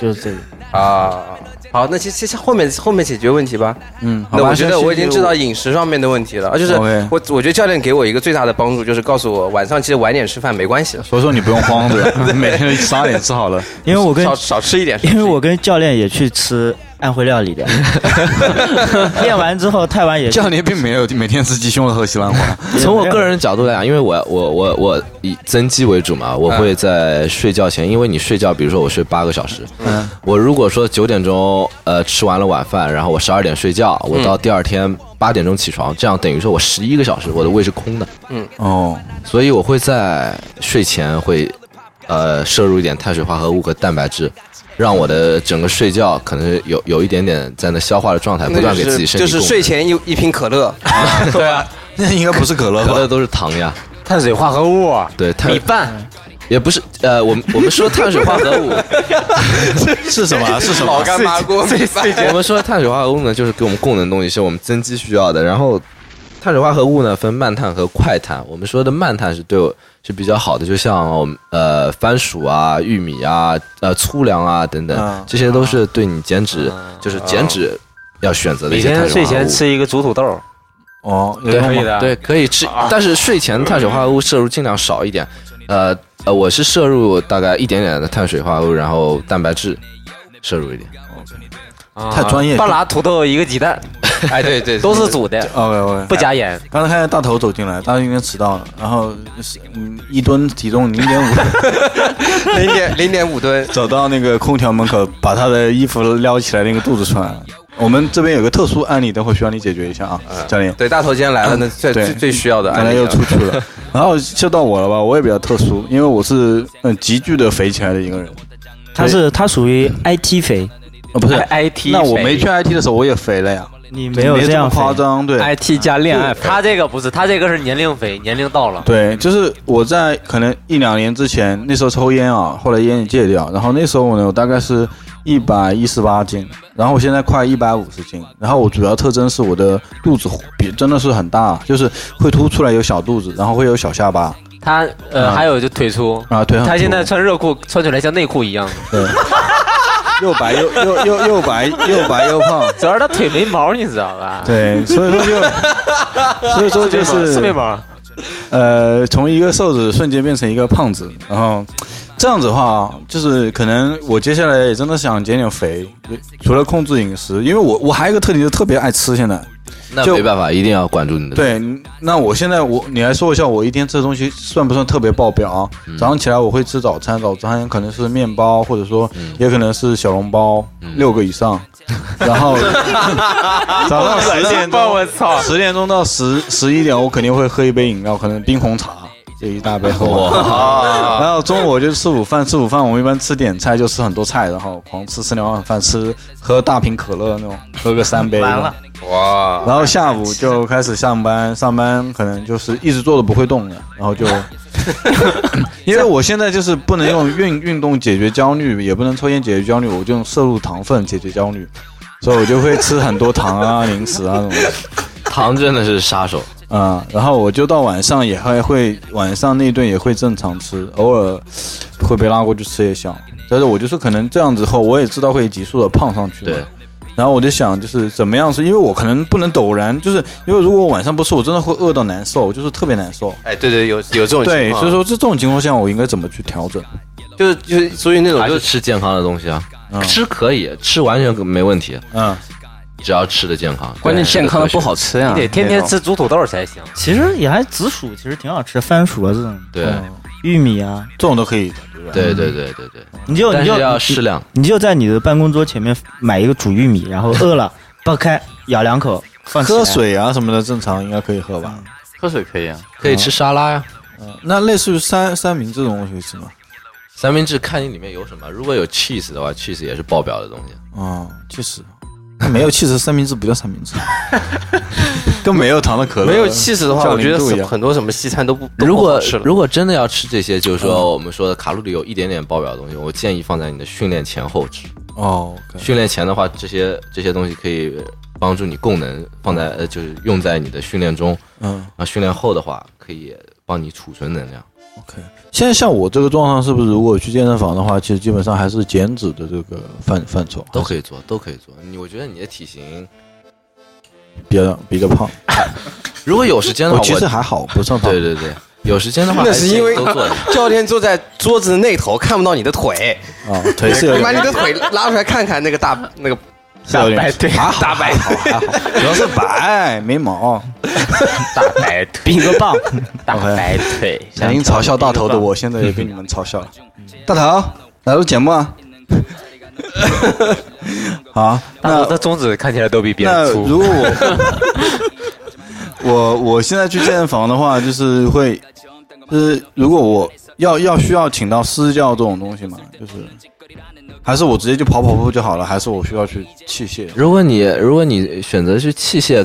S6: 就是这个。
S9: 啊。好，那其实其实后面后面解决问题吧。
S5: 嗯，好
S9: 那
S5: 吧
S9: 我觉得我已经知道
S5: 现
S9: 饮食上面的问题了，啊就是
S5: OK
S9: 我我觉得教练给我一个最大的帮助就是告诉我晚上其实晚点吃饭没关系的
S5: 在，所以说你不用 慌，对吧？每天十二点吃好了。
S6: 因为我跟
S9: 少少吃一点。
S6: 因为
S9: 少吃一
S6: 我跟教练也去吃按回料理练，练完之后太晚也
S5: 教练并没有每天吃鸡胸肉和西兰花，
S3: 从我个人角度来讲，因为我我我我以增肌为主嘛，我
S9: 嗯
S3: 会在睡觉前，因为你睡觉，比如说我睡八个小时，
S5: 嗯，
S3: 我如果说九点钟呃吃完了晚饭，然后我十二点睡觉，我到第二天八点钟起床，这样等于说我十一个小时我的胃是空的，
S5: 哦，
S3: 所以我会在睡前会呃摄入一点碳水化合物和蛋白质。让我的整个睡觉可能有有一点点在那消化的状态，不
S9: 那
S3: 断给
S9: 就
S3: 自己
S9: 是
S3: 身体
S9: 就是
S3: 供
S9: 睡前一一瓶可乐，
S7: 对啊，
S5: 那应该不是可乐
S3: 可
S5: 吧？
S3: 乐都是糖呀，
S7: 碳水化合物啊，
S3: 对，碳
S7: 米饭，
S3: 也不是呃，我们我们说碳水化合物，
S5: 是什么啊？是什么
S9: 老
S5: 啊？
S9: 干妈锅米饭。
S3: 我们说碳水化合物呢，就是给我们供能的东西，是我们增肌需要的。然后，碳水化合物呢分慢碳和快碳。我们说的慢碳是对我是比较好的，就像我们呃番薯啊、玉米啊、呃粗粮啊等
S5: 嗯
S3: 等，这些都是对你减脂，就是减脂要选择的
S7: 啊每
S3: 一些
S7: 天
S3: 碳
S7: 睡
S3: 水化合
S7: 前
S3: 物。
S7: 吃一个煮土豆，
S5: 哦，
S3: 对
S7: 可以的啊
S3: 对，可以吃，但是睡前碳水化合物摄入尽量少一点。呃呃，我是摄入大概一点点的碳水化合物，然后蛋白质摄入一点。
S5: 太专业
S7: 啊
S5: 了
S7: 半拉土豆一个鸡 蛋，
S9: 哎，对对，
S7: 都是煮的，
S5: OK OK，
S7: 不加盐。
S5: 刚才看见大头走进来，大头今天迟到了，然后是嗯一吨体重零点 五，
S9: 零点零点五吨。
S5: 走到那个空调门口，把他的衣服撩起来，那个肚子穿。我们这边有个特殊案例，等会需要你解决一下啊，教练。
S9: 对，大头今天来了，那最
S5: 对
S9: 最最需要嗯的
S5: 本
S9: 案
S5: 来
S9: 例啊
S5: 又
S9: 了
S5: 出去 了，然后就到我了吧，我也比较特殊，因为我是嗯急剧的肥起来的一个人。
S6: 他是他属于 IT 肥，
S5: 哦，不是
S7: IT，
S5: 那我没去 IT 的时候我也肥了呀，
S6: 你没有
S5: 这
S6: 这样
S5: 么
S6: 肥
S5: 夸张，对。
S8: IT 加恋爱，
S7: 他这个不是，他这个是年龄肥，年龄到了，
S5: 对，就是我在可能一两年之前，那时候抽烟啊，后来烟也戒掉，然后那时候我呢，我大概是一百一十八斤，然后我现在快一百五十斤，然后我主要特征是我的肚子比真的是很大，就是会凸出来有小肚子，然后会有小下巴
S7: 他呃还有就腿粗，
S5: 啊，腿很
S7: 他现在
S5: 粗
S7: 穿热裤穿起来像内裤一样，
S5: 对又白又又又又白又白又胖，
S7: 主要是他腿没毛，你知道 吧？
S5: 对，所以说就 所以说就是
S7: 没毛，
S5: 呃，从一个瘦子瞬间变成一个胖子，然后这样子的话，就是可能我接下来也真的想减点肥，除了控制饮食，因为我我还有一个特点，就特别爱吃。现在
S3: 那
S5: 就
S3: 没办法，一定要管住你的。
S5: 对，那我现在我你来说一下，我一天吃的东西算不算特别爆表啊？早上起来我会吃早餐，早餐可能是面包，或者说也可能是小笼包，六个以 上。然后早上十点钟，我操，十点钟到十十一点，我肯定会喝一杯饮料，可能冰红茶，就一大杯喝完。
S9: 啊，
S5: 然后中午我就吃午饭，吃午饭我们一般吃点菜，就吃很多菜，然后狂吃，吃两碗饭，吃喝大瓶可乐那种，喝个三杯。
S6: 完了。
S9: 哇，
S5: 然后下午就开始上班，上班可能就是一直坐着不会动了，然后就，因为我现在就是不能用运运动解决焦虑，也不能抽烟解决焦虑，我就用摄入糖分解决焦虑，所以我就会吃很多糖啊、零食啊这种东西。
S3: 糖真的是杀手。
S5: 啊、然后我就到晚上也还会，晚上那顿也会正常吃，偶尔会被拉过去吃夜宵。但是我就是可能这样子后，我也知道会急速的胖上去。
S3: 对。
S5: 然后我就想，就是怎么样是，因为我可能不能陡然，就是因为如果我晚上不吃，我真的会饿到难受，就是特别难受。嗯
S9: 哎，对对，有有这种
S5: 对
S9: 情，况，
S5: 所以说这这种情况下，我应该怎么去调整？
S9: 就是就是属于那种
S3: 还
S9: 就是
S3: 吃健康的东西啊，
S5: 嗯
S3: 吃可以，吃完全没问题，
S5: 嗯，
S3: 只要吃的健康。
S8: 关键
S3: 对
S8: 健康的不。好吃呀
S5: 啊
S7: 你。得天天吃煮土豆才行。
S6: 其实也还紫薯，其实挺好吃，番薯啊这种，
S3: 对
S6: 嗯玉米啊，
S5: 这种都可以。
S3: 对对对对对，
S6: 你就
S3: 但
S6: 你
S3: 是
S6: 就
S3: 哦要嗯适量。
S6: 你就在你的办公桌前面买一个煮玉米，然后饿了 剥开咬两口，放起来
S5: 喝。水啊什么的，正常应该可以喝吧？
S8: 喝水可以啊，
S3: 可以吃沙拉呀，
S5: 嗯，那类似于三三明这种东西是吗？
S3: 三明治看你里面有什么，如果有 cheese 的话，cheese 也是爆表的东西。
S5: 哦，确实，那没有汽车三明治不叫三明治， 跟没有糖的可乐
S9: 没有气势的话，
S5: 像
S9: 我觉
S5: 零
S9: 得
S5: 度一
S9: 很
S5: 样
S9: 很多什么西餐都不都不
S3: 如
S9: 好
S3: 果
S9: 吃了
S3: 如果真的要吃这些，就是说我们说的卡路里有一点点爆表的东西，我建议放在你的训练前后吃。
S5: 哦，OK，
S3: 训练前的话，这些这些东西可以帮助你供能，放在呃就是用在你的训练中。
S5: 嗯
S3: 啊，训练后的话可以帮你储存能量。
S5: ，OK。现在像我这个状况，是不是如果去健身房的话，其实基本上还是减脂的这个范范畴，
S9: 嗯
S3: 都可以做，都可以做。你我觉得你的体型，
S5: 比较比较胖。
S3: 如果有时间的
S5: 我
S3: 话，
S5: 其实
S3: 我
S5: 还好，不算胖。
S3: 对对对，有时间的话，
S9: 那是因为
S3: 还是都做一下。
S9: 教练坐在桌 子的那头，看不到你的腿，
S5: 啊，腿是有
S9: 你把
S5: 点
S9: 你的腿拉出来看看那个大那个
S5: 大白
S9: 对，大白腿，
S5: 主要是白没毛。
S8: 大白腿，
S6: 比个棒，
S8: 大白腿，
S5: 曾经哎嘲笑大头的我，现在也被你们嘲笑了。大头来录节目啊！好，
S7: 那
S5: 那
S7: 他中指看起来都比别人
S5: 那
S7: 粗。
S5: 如果我我我现在去健身房的话，就是会，就是如果我要要需要请到私教这种东西嘛，就是还是我直接就跑跑步就好了，还是我需要去器械？
S3: 如果你如果你选择去器械，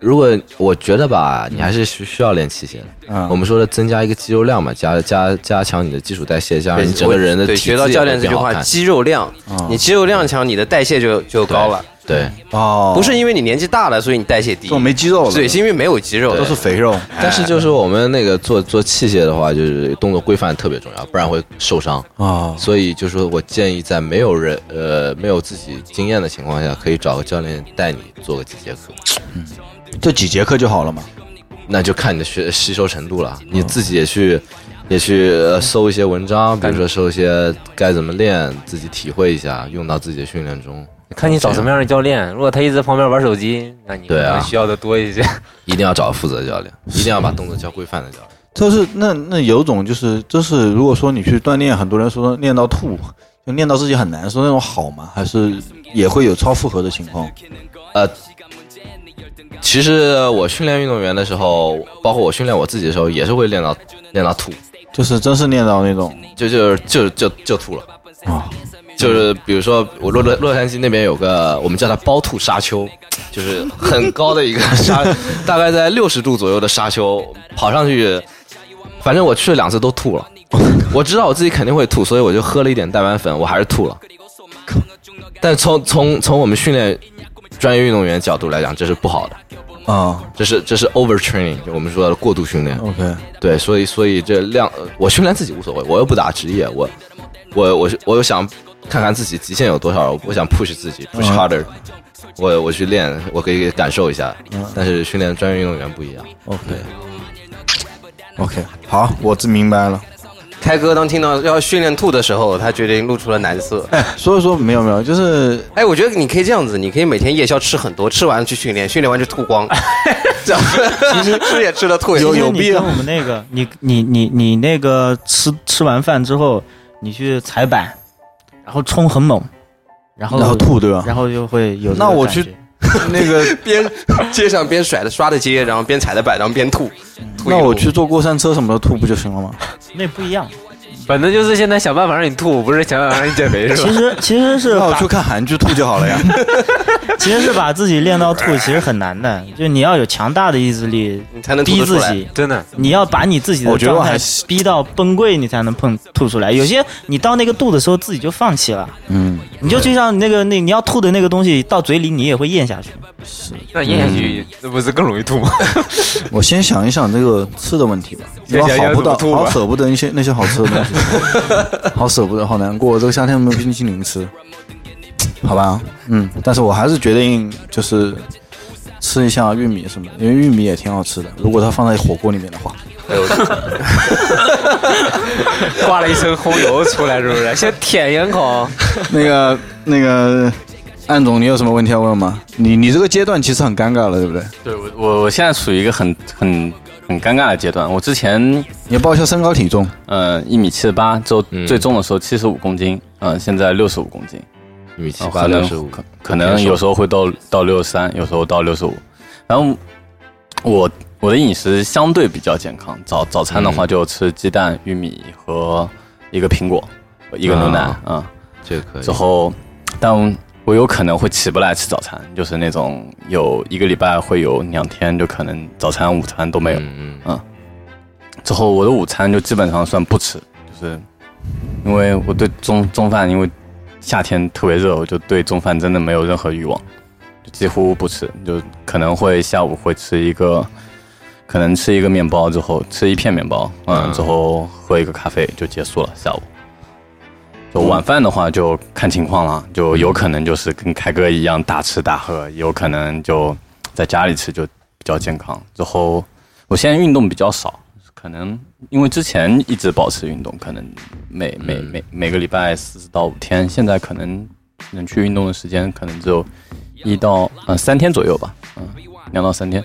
S3: 如果我觉得吧，你还是需需要练器械的。
S5: 嗯，
S3: 我们说的增加一个肌肉量嘛，加加加强你的基础代谢，加上你整
S9: 我
S3: 个人的
S9: 对
S3: 体
S9: 学到
S3: 质
S9: 教
S3: 也
S9: 练
S3: 会
S9: 这句
S3: 变好
S9: 话，
S3: 看
S9: 肌肉量
S5: 嗯，
S9: 你肌肉量强，你的代谢就就
S3: 对
S9: 高了。
S3: 对，
S5: 哦，
S9: 不是因为你年纪大了，所以你代谢低
S5: 这我，没肌肉了，
S9: 对，是因为没有肌肉，
S5: 哦都是肥肉。
S3: 但是就是我们那个做做器械的话，就是动作规范特别重要，不然会受伤。
S5: 哦，
S3: 所以就是说我建议在没有人呃没有自己经验的情况下，可以找个教练带你做个几节课，
S5: 就几节课就好了嘛。
S3: 那就看你的学吸收程度了。你自己也去也去呃搜一些文章，比如说搜一些该怎么练，自己体会一下，用到自己的训练中。
S7: 看你找什么样的教练，如果他一直在旁边玩手机，那你可
S3: 对啊
S7: 能需要的多一些。
S3: 一定要找负责教练，一定要把动作教规范的教练。
S5: 就是那那有种就是就是，如果说你去锻炼，很多人说练到吐，就练到自己很难受那种好吗？还是也会有超负荷的情况？
S3: 呃其实我训练运动员的时候，包括我训练我自己的时候，也是会练到练到吐，
S5: 就是真是练到那种
S3: 就就是就就就吐了。
S5: 啊，
S3: 就是比如说，我洛洛洛杉矶那边有个，我们叫它包吐沙丘，就是很高的一个沙， 大概在六十度左右的沙丘，跑上去，反正我去了两次都吐了。我知道我自己肯定会吐，所以我就喝了一点蛋白粉，我还是吐了。但从从从我们训练专业运动员角度来讲，这是不好的，
S5: 啊
S3: 这是这是 overtraining，就我们说的过度训练。
S5: ，OK，
S3: 对，所以所以这量，呃我训练自己无所谓，我又不打职业，我我我是我又想看看自己极限有多少，我想 push 自己 push harder，、我我去练，我可以感受一下。但是训练专业运动员不一样，
S5: OK，好，我这明白了。
S9: 开哥当听到要训练吐的时候，他决定露出了难色。
S5: 所以说没有没有，就是
S9: 哎，我觉得你可以这样子，你可以每天夜宵吃很多，吃完去训练，训练完就吐光， 这样吃也吃了吐也
S5: 有
S6: 其实
S5: 有
S6: 你
S5: 必要
S6: 跟我们那个，你你你你那个吃吃完饭之后，你去踩板，然后冲很猛，然后
S5: 然后吐对吧？
S6: 然后就会有这个
S5: 那我
S6: 感觉
S5: 去那个，
S9: 边街上边甩着刷着街，然后边踩着板，然后边吐。吐一
S5: 那
S9: 路
S5: 我去坐过山车什么的吐不就行 了吗？
S6: 那不一样。
S7: 反正就是现在想办法让你吐，不是想办法让你减肥是吧
S6: 其？实其实是
S5: 那我
S6: 把
S5: 去看韩剧吐就好了呀。
S6: 其实是把自己练到吐，其实很难的，就你要有强大的意志力
S9: 你才能吐
S6: 逼
S9: 得出
S6: 自
S9: 来。
S6: 己。
S7: 真的，
S6: 你要把你自己的
S5: 我觉得我
S6: 状态
S5: 还是
S6: 逼到崩溃，你才能碰吐出来。有些你到那个度的时候，自己就放弃了，
S5: 嗯，
S6: 你就就像那个那你要吐的那个东西到嘴里，你也会咽下去。
S7: 那咽下去那不是更容易吐吗？
S5: 我先想一想这个吃的问题吧，
S7: 先想一
S5: 好
S7: 想
S5: 不到，
S7: 怎么吐吧
S5: 好舍不得一些那些好吃的东西， 好舍不得，好难过。这个夏天没有冰淇淋吃，好吧，嗯，但是我还是决定就是吃一下玉米什么的，因为玉米也挺好吃的，如果它放在火锅里面的 话。
S7: 挂了一身红油出来是不 是？先舔两口，
S5: 那个那个，安总，你有什么问题要问吗？你你这个阶段其实很尴尬了，对不对？
S8: 对我我我现在处于一个很很很尴尬的阶段。我之前
S5: 你报一下身高体重。
S8: 呃一米七十八，之后
S3: 嗯
S8: 最重的时候七十五公斤，嗯、现在六十五公斤，
S3: 一米七
S8: 然后
S3: 八
S8: 啊可
S3: 六
S8: 能
S3: 十五，
S8: 可可能有时候会到到六十三，有时候到六十五。然后我我的饮食相对比较健康，早早餐的话
S3: 嗯
S8: 就吃鸡蛋、玉米和一个苹果，一个牛奶
S3: 啊
S8: 啊、嗯
S3: 这个可以
S8: 之。后，但我有可能会起不来吃早餐，就是那种有一个礼拜会有两天，就可能早餐、午餐都没有。
S3: 嗯
S8: 之后我的午餐就基本上算不吃，就是因为我对中中饭，因为夏天特别热，我就对中饭真的没有任何欲望，就几乎不吃，就可能会下午会吃一个，可能吃一个面包之后吃一片面包，嗯，
S3: 嗯
S8: 之后喝一个咖啡就结束了下午。就晚饭的话就看情况了，就有可能就是跟凯哥一样大吃大喝，有可能就在家里吃就比较健康。之后我现在运动比较少，可能因为之前一直保持运动，可能每每每每个礼拜四到五天，现在可能能去运动的时间可能只有一到呃三天左右吧，嗯、两到三天。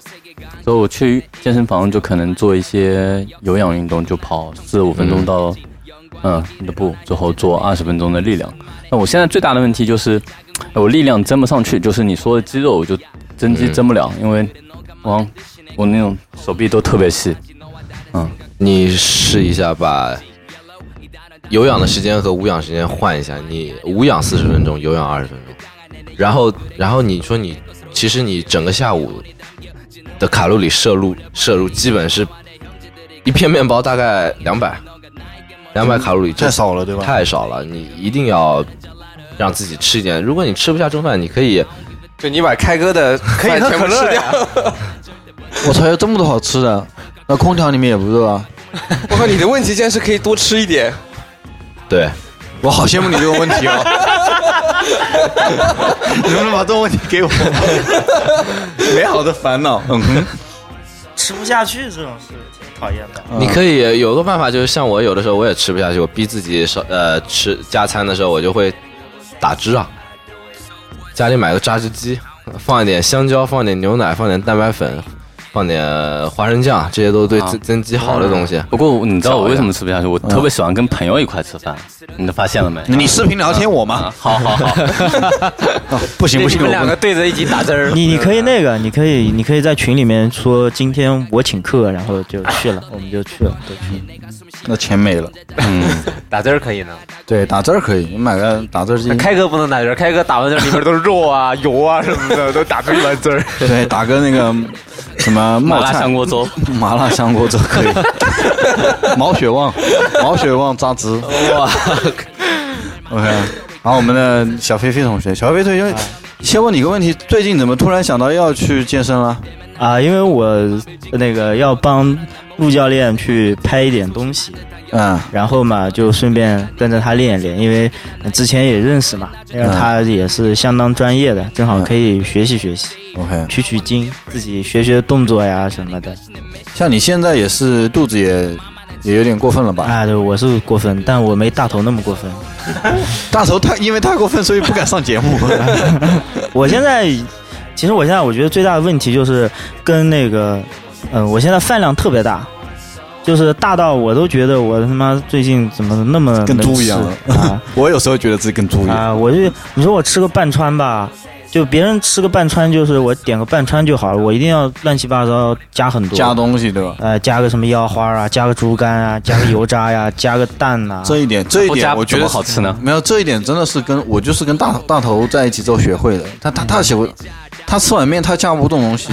S8: 之后我去健身房就可能做一些有氧运动，就跑四五分钟到嗯你的步，之后做二十分钟的力量。那我现在最大的问题就是呃我力量增不上去，就是你说的肌肉我就增肌
S3: 嗯
S8: 增不了，因为我我那种手臂都特别细，
S3: 你试一下把有氧的时间和无氧时间换一下，你无氧四十分钟，有氧二十分钟，然后然后你说你其实你整个下午的卡路里摄入摄入基本是一片面包大概两百两百卡路里，这
S5: 太少了，对吧？
S3: 太少了，你一定要让自己吃一点。如果你吃不下中饭，你可以，
S9: 就你把开哥的可
S3: 以喝
S9: 全部
S3: 可乐
S9: 吃掉。
S10: 我操，有这么多好吃的，那空调你们也不热啊？
S9: 我靠，你的问题竟然是可以多吃一点，
S3: 对
S10: 我好羡慕你这个问题 哦。
S5: 能不能把这个问题 给我？美好的烦恼，嗯哼，
S6: 吃不下去这种事挺讨厌的。
S3: 你可以有个办法，就是像我有的时候我也吃不下去，我逼自己少呃吃加餐的时候，我就会打汁啊，家里买个榨汁机， 放一点香蕉，放点牛奶，放点蛋白粉，放点花生酱，这些都对
S8: 啊
S3: 增增肌好的东西。
S8: 不过你知道我为什么吃不下去？我特别喜欢跟朋友一块吃饭，你发现了没？
S5: 你视频聊天我吗？哦
S8: 好好好，
S5: 不行不
S7: 你
S5: 行，
S7: 们
S5: 啊我
S7: 两
S5: 不
S7: 个对着一起打针儿，
S6: 你你可以那个，你可以你可以在群里面说今天我请客，然后就去了，我们就去了，都去了。
S5: 那钱没了。
S7: 打针儿可以呢。
S5: 对，打字儿可以，你买个打字机，
S7: 开哥不能打针儿，开哥打完针儿里面都是肉啊、油啊什么的，都 打出一碗汁儿。
S5: 对，打个那个什 么
S8: 麻
S5: 冒
S8: 辣
S5: 菜
S8: 香锅粥，
S5: 麻辣香锅粥可以。
S10: 毛血旺，毛血旺榨 汁，
S5: OK，然后我们的小飞飞同学，小飞飞同学，先问你个问题，最近怎么突然想到要去健身了？
S6: 啊，因为我那个要帮陆教练去拍一点东西，
S5: 嗯，
S6: 然后嘛就顺便跟着他练一练，因为之前也认识嘛，因为他也是相当专业的，正好可以学习学习，
S5: OK，
S6: 取取经，自己学学动作呀什么的。
S5: 像你现在也是肚子也也有点过分了吧？
S6: 啊，对，我是过分，但我没大头那么过分。
S5: 大头太因为太过分，所以不敢上节 目。
S6: 我现在，其实我现在我觉得最大的问题就是跟那个，嗯、我现在饭量特别大，就是大到我都觉得我他妈最近怎么那么
S5: 跟
S6: 能
S5: 猪一样
S6: 吃啊
S5: 我有时候觉得自己跟猪一样。
S6: 啊！我就你说我吃个半川吧，就别人吃个半川就是我点个半川就好了，我一定要乱七八糟加很多，
S5: 加东西对吧？
S6: 呃加个什么腰花啊，加个猪肝啊，加个油渣呀、加个蛋呐、
S5: 这一点，这一
S8: 不加
S5: 点我觉
S8: 怎
S5: 得
S8: 么好吃呢
S5: 没有，这一点真的是跟我就是跟大大头在一起之后学会的。他他他学会，他吃碗面他加不动东西，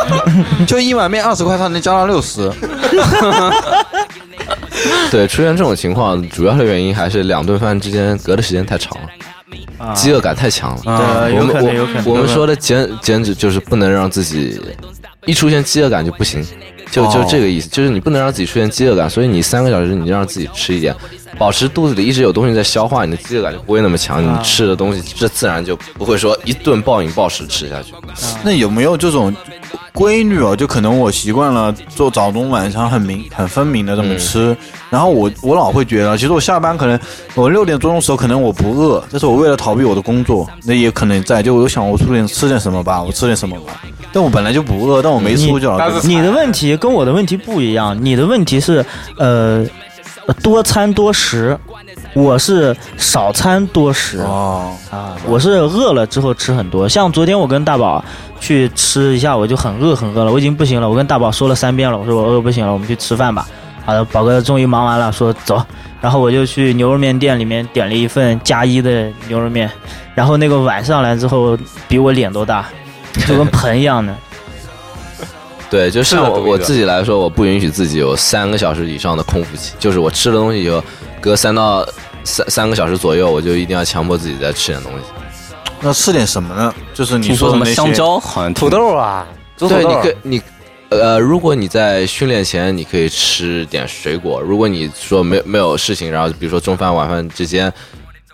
S5: 就一碗面二十块，他能加到六十。
S3: 对，出现这种情况，主要的原因还是两顿饭之间隔的时间太长了，
S6: 啊，
S3: 饥饿感太强了。
S5: 啊
S6: 对，
S3: 我
S6: 有可
S3: 们
S6: 能有可能。
S3: 我们说的减减脂就是不能让自己一出现饥饿感就不行，就
S6: 哦
S3: 就这个意思，就是你不能让自己出现饥饿感，所以你三个小时你就让自己吃一点，保持肚子里一直有东西在消化，你的饥饿感就不会那么强，
S6: 啊
S3: 你吃的东西这自然就不会说一顿暴饮暴食吃下去。
S6: 啊
S5: 那有没有这种规律哦？就可能我习惯了做早中晚上很明很分明的这么吃，然后我我老会觉得，其实我下班可能我六点钟的时候可能我不饿，但是我为了逃避我的工作，那也可能在就我想我出点吃点什么吧，我吃点什么吧，但我本来就不饿，但我没出就老
S9: 但是
S6: 你的问题跟我的问题不一样，你的问题是，呃，多餐多食，我是少餐多食
S5: 哦，
S6: 啊，我是饿了之后吃很多。像昨天我跟大宝去吃一下，我就很饿很饿了，我已经不行了。我跟大宝说了三遍了，我说我饿不行了，我们去吃饭吧。好的，宝哥终于忙完了，说走，然后我就去牛肉面店里面点了一份加一的牛肉面，然后那个碗上来之后，比我脸都大，就 跟盆一样的。
S3: 对，就像我
S7: 这个
S3: 我自己来说，我不允许自己有三个小时以上的空腹期，就是我吃了东西以后，隔三到三三个小时左右，我就一定要强迫自己再吃点东西。
S5: 那吃点什么呢？就是你
S8: 听说
S5: 的
S8: 什么
S5: 那些
S8: 香，蕉好像挺
S7: 土豆啊，煮土
S3: 对，
S7: 豆
S3: 你
S7: 儿。
S3: 可你呃，如果你在训练前，你可以吃点水果；如果你说没有没有事情，然后比如说中饭晚饭之间，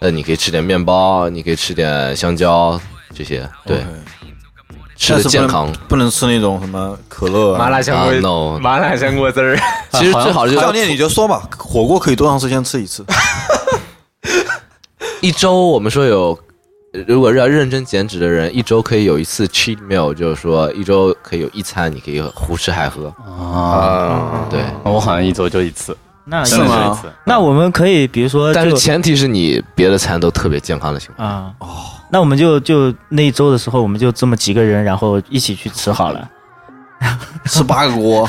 S3: 呃，你可以吃点面包，你可以吃点香蕉这些，对
S5: OK 嗯
S3: 吃
S5: 但哦是
S3: 的
S5: 不
S3: 健
S5: 能
S3: 康。
S5: 不能吃那种什么可乐、啊、
S7: 麻辣香
S3: 啊
S7: 锅，
S3: no，
S7: 麻辣香锅汁 儿。
S3: 其实最好的就
S5: 教
S3: 是
S5: 练你就说吧，火锅可以多长时间吃一次？
S3: 一周，我们说有如果要认真减脂的人，一周可以有一次 cheat meal，就是说一周可以有一餐，你可以胡吃海喝。
S8: 啊，
S9: 啊，
S3: 对，
S8: 我好像一周就一次，
S6: 那
S8: 真的
S5: 是吗
S8: 一次。
S6: 那我们可以比如说就，
S3: 但是前提是你别的餐都特别健康的情况。
S6: 啊，哦，那我们就就那一周的时候，我们就这么几个人，然后一起去吃好了。
S10: 吃八个锅，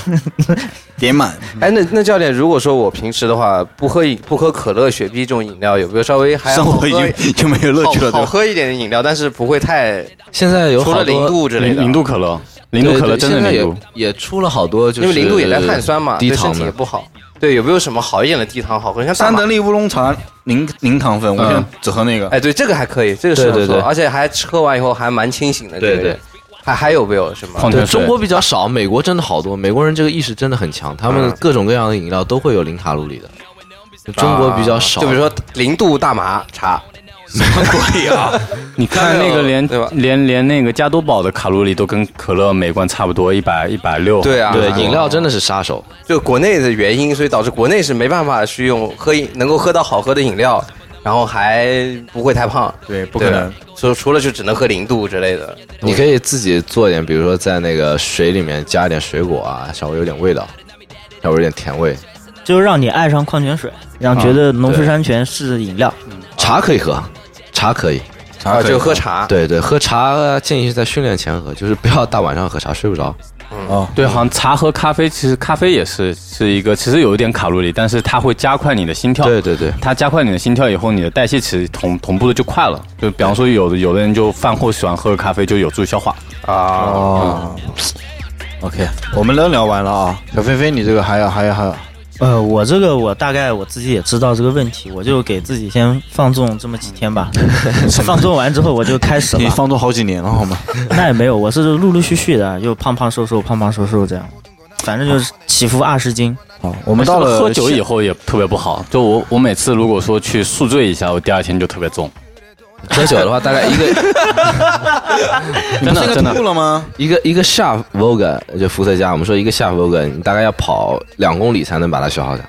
S5: 点满。
S9: 哎，那那教练，如果说我平时的话不喝饮不喝可乐、雪碧这种饮料，有没有稍微还
S5: 生
S9: 哎好
S5: 活
S9: 喝
S5: 已经就没有乐趣了，对
S9: 好好
S5: 吧？
S9: 喝一点的饮料，但是不会太
S3: 现在有
S9: 除
S3: 好
S9: 了零
S3: 多，
S9: 度之类
S8: 零
S9: 的，
S8: 零度可乐，零度可
S3: 对对
S8: 乐真的
S3: 现在
S8: 零度
S3: 也，也出了好多，就是
S9: 因为零度也来碳酸嘛，
S3: 低
S9: 对身
S3: 糖
S9: 体也
S3: 的。
S9: 不好。对，有没有什么好一点的低糖好喝？像大
S5: 三
S9: 麻
S5: 得利乌龙茶零零糖分，我现在只喝那个。
S9: 哎，对，这个还可以，这个是
S3: 对
S9: 不
S3: 对
S9: 错，
S3: 对
S9: 而且还喝完以后还蛮清醒的。
S3: 对
S9: 这个
S3: 对，
S9: 还还有没有什么？
S8: 矿泉
S3: 对
S8: 水
S3: 中国比较少，美国真的好多。美国人这个意识真的很强，他们各种各样的饮料都会有零卡路里的。中国比较少，
S9: 啊就比如说零度大麻 茶，
S3: 啊
S8: 你看那个连
S9: 对啊吧
S8: 连连那个加多宝的卡路里都跟可乐每罐差不多，一百一百六。
S9: 对啊，
S3: 对饮料真的是杀手。
S9: 就国内的原因，所以导致国内是没办法去用喝饮能够喝到好喝的饮料，然后还不会太胖。
S5: 对，不
S9: 不
S5: 可能。。
S9: 所以除了就只能喝零度之类的，
S3: 你可以自己做一点，比如说在那个水里面加一点水果啊，稍微有点味道，稍微有点甜味。
S6: 就让你爱上矿泉水，让觉得农夫山泉是饮料。
S3: 茶可以喝，茶可以。
S9: 啊，就喝茶。
S3: 对对，喝茶建议是在训练前喝，就是不要大晚上喝茶，睡不着。
S8: 对，好像茶和咖啡，其实咖啡也是是一个，其实有一点卡路里，但是它会加快你的心跳。
S3: 对对对，
S8: 它加快你的心跳以后，你的代谢其实同同步的就快了。就比方说有的有的人就饭后喜欢喝个咖啡，就有助于消化。
S9: 啊，
S10: 哦，OK，
S5: 我们都聊完了啊，
S10: 小飞飞，你这个还有还有还有，
S6: 呃，我这个我大概我自己也知道这个问题，我就给自己先放纵这么几天吧。放纵完之后我就开 始
S5: 你
S6: 了，
S5: 放纵好几年了好吗？
S6: 那也没有，我是陆陆续续的，就胖胖瘦瘦，胖胖瘦瘦这样，反正就是起伏二十斤。
S5: 好， 我们到
S8: 是不
S5: 了
S8: 是喝酒以后也特别不好。就我我每次如果说去宿醉一下，我第二天就特别重。
S3: 喝酒的话，大概一 个
S5: 真的真的吐了吗？
S3: 一个一个下 Voga 就伏特加，我们说一个下 Voga，你大概要跑两公里才能把它消耗掉。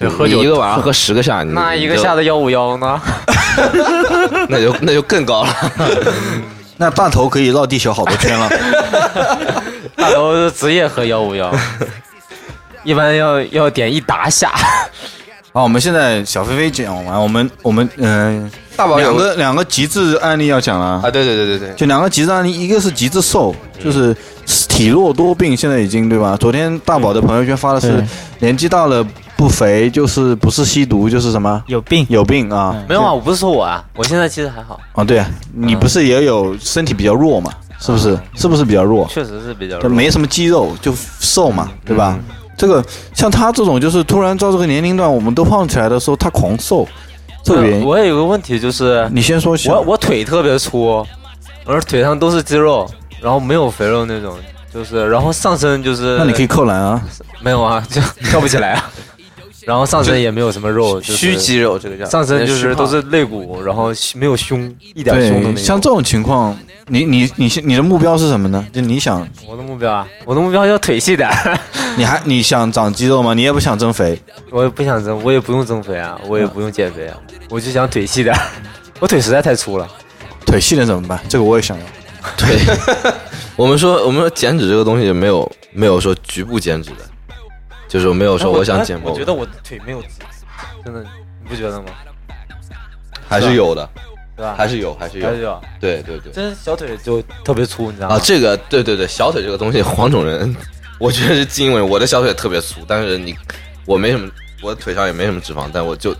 S8: 就喝
S3: 你
S8: 酒
S3: 一个晚上喝十个下，你
S7: 那一个
S3: 你就
S7: 下的幺五幺呢？
S3: 那就那就更高了。
S5: 那大头可以绕地球好多圈 了。
S7: 大头是职业喝幺五 幺，一般要要点一打 下。
S5: 好，我们现在小飞飞讲完，我们我们嗯、
S9: 大宝有
S5: 两个两个极致案例要讲了
S9: 啊，，对对对对对，
S5: 就两个极致案例，一个是极致瘦，
S9: 嗯
S5: 就是体弱多病，现在已经对吧？昨天大宝的朋友圈发的是
S6: 对
S5: 年纪大了不肥，就是不是吸毒就是什么
S6: 有病，
S5: 有病啊
S7: 没有啊，我不是说我啊，我现在其实还好，
S5: 啊！对啊，
S7: 嗯
S5: 你不是也有身体比较弱嘛？是不是？是不是比较弱？
S7: 确实是比较
S5: 就
S7: 弱。
S5: 没什么肌肉，就瘦嘛，对吧？
S7: 嗯
S5: 这个像他这种，就是突然到这个年龄段，我们都胖起来的时候，他狂瘦，这个原因。
S7: 呃我也有个问题就是，
S5: 你先说小，
S7: 我我腿特别粗，而腿上都是肌肉，然后没有肥肉那种，就是然后上身就是
S5: 那你可以扣篮啊，
S7: 没有啊，就跳不起来啊， 然后上身也没有什么肉，就是
S9: 虚肌肉这个叫
S7: 上身就
S9: 虚
S7: 是
S9: 胖
S7: 都是肋骨，然后没有胸，一点胸都
S5: 对，
S7: 没有。
S5: 像这种情况，你你你你的目标是什么呢？就你想，
S7: 我的目标啊，我的目标要腿细点儿，
S5: 你还你想长肌肉吗？你也不想增肥，
S7: 我也不想增，我也不用增肥啊，我也不用减肥啊，我就想腿细点儿， 我腿实在太粗了。
S5: 腿细了怎么办？这个我也想要。
S3: 对， 我们说我们说减脂这个东西没有没有说局部减脂的，就是没有说我想减
S7: 哎我
S3: 某
S7: 觉
S3: 个，
S7: 得我腿没有直，真的，你不觉得吗？
S3: 还是有的，
S7: 对吧？
S3: 还是有，还是有
S7: 还，是有，
S3: 对对对。
S7: 真小腿就特别粗，你知道吗？
S3: 啊，这个对对对，小腿这个东西，黄种人，我觉得是基因问题。我的小腿特别粗，但是你我没什么，我腿上也没什么脂肪，但我就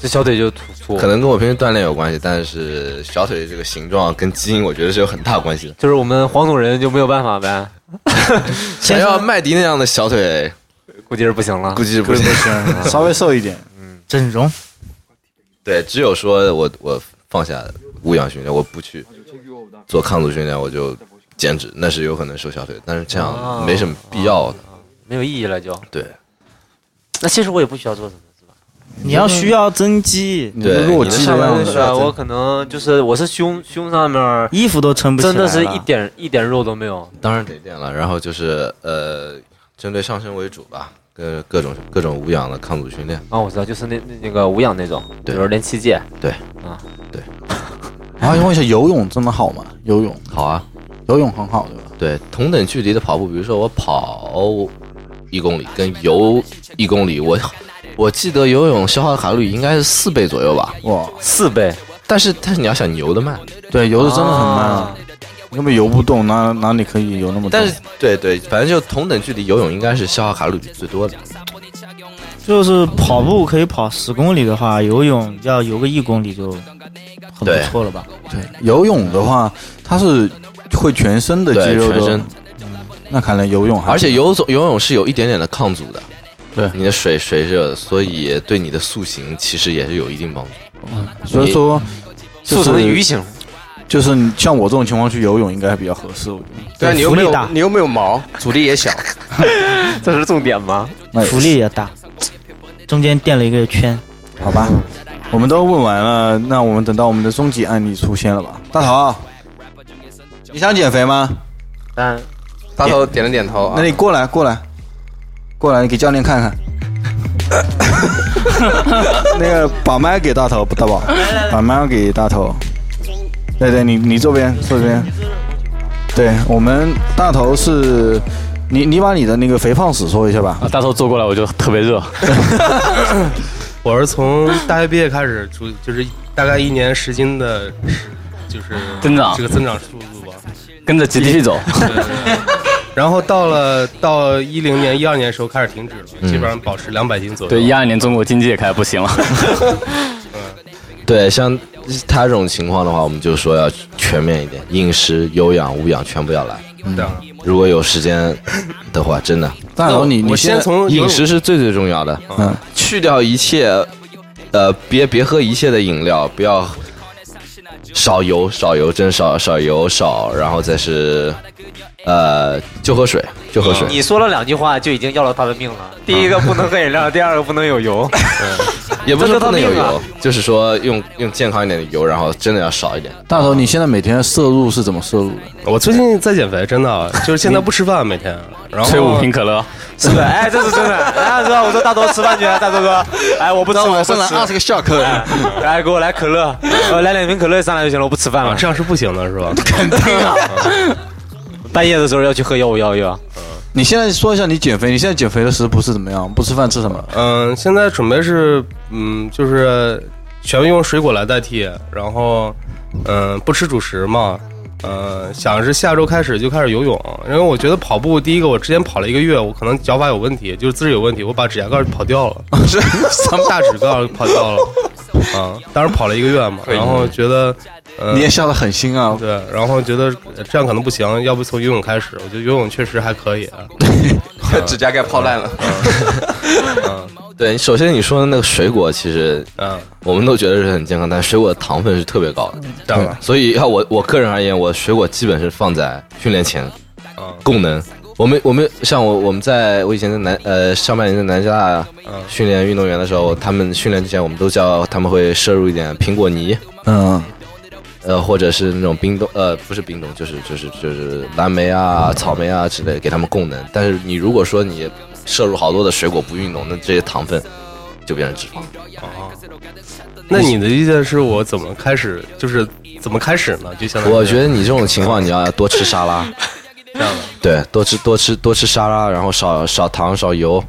S7: 这小腿就粗粗，
S3: 可能跟我平时锻炼有关系，但是小腿这个形状跟基因，我觉得是有很大关系的。
S7: 就是我们黄种人就没有办法 呗，
S3: 想要麦迪那样的小腿，
S7: 估计是不行了。
S3: 估计是不行。
S5: 稍微瘦一点，
S6: 整容。
S3: 对，只有说我我放下无氧训练，我不去做抗阻训练，我就减脂，那是有可能瘦小腿，但是这
S9: 哦
S3: 样没什么必要的。
S7: 没有意义了就。
S3: 对，
S7: 那其实我也不需要做什么。
S6: 你要需要增肌，
S5: 你
S3: 对
S5: 的弱
S3: 你
S5: 鸡的
S3: 的上半
S5: 样
S3: 身
S5: 子
S7: 是。啊，我可能就是我是胸胸上面儿
S6: 衣服都撑不起来
S7: 真的
S6: 了
S7: 是一点一点肉都没有。
S3: 当然得练了，然后就是呃，针对上身为主吧，各各种各种无氧的抗阻训练。
S7: 啊，我知道，就是那那那个无氧那种，比
S3: 对
S7: 如练器械。
S3: 对
S7: 啊，
S3: 对。
S5: 然后问一下，游泳真的好吗？游泳，
S3: 好啊，
S5: 游泳很好，对吧？
S3: 对，同等距离的跑步，比如说我跑一公里跟游一公里，我我记得游泳消耗的卡路里应该是四倍左右吧。
S5: 哇，
S7: 四倍，
S3: 但是但是你要想你游的慢，
S5: 对，游的真的很慢啊，根本游不动，哪哪里可以游那么多？
S3: 但是对对，反正就同等距离游泳应该是消耗卡路里最多的。
S6: 就是跑步可以跑十公里的话，游泳要游个一公里就很不
S3: 对
S6: 错了吧？
S5: 对游泳的话，它是会全身的肌
S3: 对
S5: 肉
S3: 全
S5: 的
S3: 身，
S5: 那看来游泳还
S3: 而且游泳游泳是有一点点的抗阻的，
S5: 对
S3: 你的水水热，所以对你的塑形其实也是有一定帮助。
S5: 所以说
S7: 速成的鱼 形。
S5: 就是你像我这种情况去游泳应该比较合适，我觉得。
S9: 但啊你又没
S6: 浮力大
S9: 有你又没有毛，阻力也小，
S7: 这是重点吗？
S5: 那也
S6: 浮力也大，中间垫了一个圈。
S5: 好吧，我们都问完了，那我们等到我们的终极案例出现了吧？大头，你想减肥吗？
S7: 但
S9: 大头点了点头啊
S5: 那。你过来，过来，过来，你给教练看看。那个把麦给大头，大宝，把麦给大头。对对，你你这边这边。对我们大头是，你你把你的那个肥胖史说一下吧。
S8: 啊，大头坐过来我就特别 热，
S11: 我是从大学毕业开始，就就是大概一年十斤的，就是
S8: 增长
S11: 这个增长速度吧。
S8: 跟着 GDP 走。
S11: 对对对。然后到了到一零年、一二年的时候开始停止了，
S3: 嗯
S11: 基本上保持两百斤左右。
S8: 对，一二年中国经济也开始不行了，
S3: 对，像他这种情况的话，我们就说要全面一点，饮食、有氧、无氧全部要来。
S11: 这样
S3: 如果有时间的话，真的
S5: 大头，啊哦你
S11: 我
S5: 你
S11: 先
S5: 在
S11: 从游
S3: 饮食是最最重要的。
S5: 嗯，
S3: 去掉一切，呃，别别喝一切的饮料，不要少油，少油，真少少油少，然后再是呃，就喝水，就
S8: 嗯
S3: 喝
S5: 嗯
S3: 水。
S7: 你说了两句话就已经要了他的命了。第一个不能喝饮料，第二个不能有油。
S3: 也不是
S7: 这都
S3: 不能有
S7: 命啊
S3: 油，就是说用用健康一点的油，然后真的要少一点。
S5: 大头，你现在每天摄入是怎么摄入的？
S11: 我最近在减肥，真的啊就是现在不吃饭每天，然后
S8: 吹五瓶可乐，
S7: 是的，哎，这是真的。大头说，我说大头吃饭去，大头说，哎，我不吃，我不
S10: 上来
S7: 吃。
S10: 二十个 shock，
S7: 来，给我来可乐，呃，来两瓶可乐上来就行了，我不吃饭
S11: 啊
S8: 嗯
S7: 了。
S11: 这样是不行的，是吧？
S7: 半夜的时候要去喝幺五幺幺。
S5: 你现在说一下你减肥，你现在减肥的食谱是怎么样？不吃饭吃什么？
S11: 嗯，现在准备是，嗯，就是全部用水果来代替，然后，嗯，不吃主食嘛，嗯，想是下周开始就开始游泳，因为我觉得跑步，第一个我之前跑了一个月，我可能脚法有问题，就是姿势有问题，我把指甲盖跑掉了，是大指盖跑掉了，啊，当时跑了一个月嘛，然后觉得，嗯
S5: 你。也笑得很新啊！
S11: 对，然后觉得这样可能不行，要不从游泳开始。我觉得游泳确实还可以， 啊
S9: 指甲盖泡烂 了，
S3: 对，首先你说的那个水果，其实
S11: 嗯，
S3: 我们都觉得是很健康，但水果的糖分是特别高的，
S11: 当然，
S3: 所以要我我个人而言，我水果基本是放在训练前
S11: 嗯
S3: 供能。我们我们像我我们在我以前在南呃上半年在南加大
S11: 嗯
S3: 训练运动员的时候，他们训练之前我们都叫他们会摄入一点苹果泥，
S5: 嗯，
S3: 呃或者是那种冰冻呃不是冰冻就是就是就是蓝莓啊草莓啊之类给他们供能。但是你如果说你摄入好多的水果不运动，那这些糖分就变成脂肪。
S11: 那你的意见是我怎么开始，就是怎么开始呢？就相当于
S3: 我觉得你这种情况，你要多吃沙拉，
S11: 这样的，
S3: 对，多吃多吃多吃沙拉，然后少少糖少油。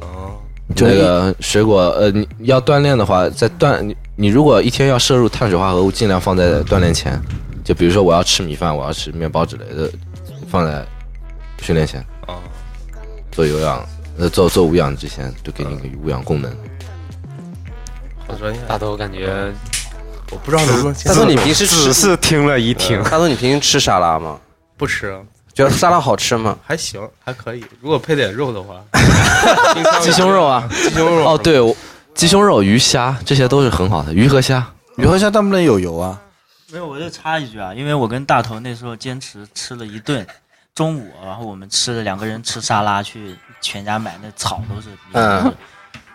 S3: 哦
S5: 就
S3: 那个水果，呃，你要锻炼的话，在锻你你如果一天要摄入碳水化合物，尽量放在锻炼前。就比如说我要吃米饭，我要吃啊面包之类的，放在训练前。
S11: 哦
S3: 做有氧，呃，做做无氧之前，就给你个无氧功能。
S11: 好专业。
S7: 大头感觉
S11: 我不知道能不能接
S9: 大
S11: 受
S9: 头，你平时吃？呃
S7: 是听了一听，
S9: 大头，你平时吃沙拉吗？
S11: 不吃，
S9: 觉得沙拉好吃吗？
S11: 还行，还可以。如果配点肉的话，
S3: 鸡胸肉啊，
S11: 鸡胸肉
S3: 哦，对，我鸡胸肉、鱼虾这些都是很好的，鱼和虾。
S5: 鱼和虾但不能有油啊。
S6: 没有，我就插一句啊，因为我跟大头那时候坚持吃了一顿，中午，然后我们吃了两个人吃沙拉，去全家买那草都是。
S9: 嗯。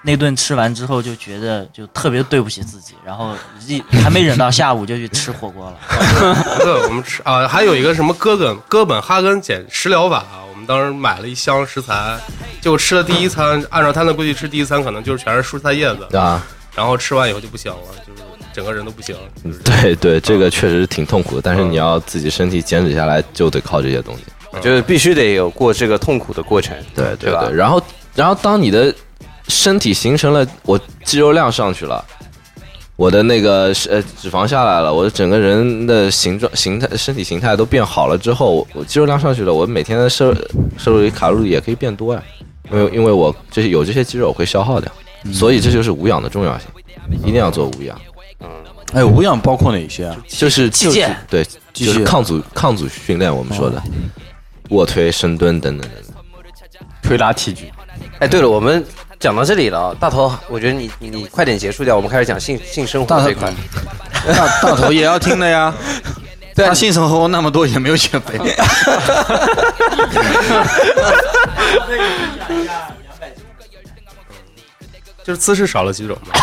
S6: 那顿吃完之后就觉得就特别对不起自己，然后一还没忍到下午就去吃火锅了。
S11: 对，我们吃啊，还有一个什么哥本哥本哈根减食疗法啊，我们当时买了一箱食材，就吃了第一餐，按照他那规矩吃第一餐，可能就是全是蔬菜叶子，
S3: 对吧？
S11: 然后吃完以后就不行了，就是整个人都不行了。
S3: 对对，这个确实是挺痛苦的，但是你要自己身体减脂下来，就得靠这些东西。
S9: 就是必须得有过这个痛苦的过程，
S3: 对对吧？然后然后当你的身体形成了，我肌肉量上去了，我的那个呃脂肪下来了，我的整个人的形状、形态、身体形态都变好了之后，我肌肉量上去了，我每天的摄摄入的卡路里也可以变多呀，因为因为我这些有这些肌肉我会消耗掉，
S5: 嗯
S3: 所以这就是无氧的重要性，一定要做无氧。
S5: 哎，无氧包括哪些啊？
S3: 就是
S5: 器械
S3: 就是对，
S5: 器械
S3: 就是抗阻抗阻训练，我们说的
S5: 哦
S3: 卧推、深蹲等等等等。
S8: 推拉器具。
S9: 哎，对了，我们讲到这里了啊，大头，我觉得你你你快点结束掉，我们开始讲性性生活这一块。
S5: 大大头也要听的呀。他性生活那么多也没有减肥，
S11: 就是姿势少了几种 嘛。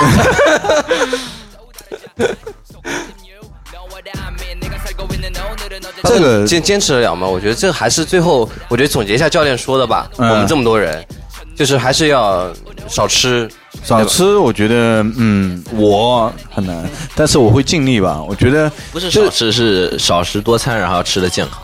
S9: 这个坚坚持得了吗？我觉得这还是最后，我觉得总结一下教练说的吧。
S5: 嗯
S9: 我们这么多人，就是还是要少吃，
S5: 少吃我觉得嗯我很难，但是我会尽力吧。我觉得
S3: 不是少吃，是少食多餐，然后吃的健康。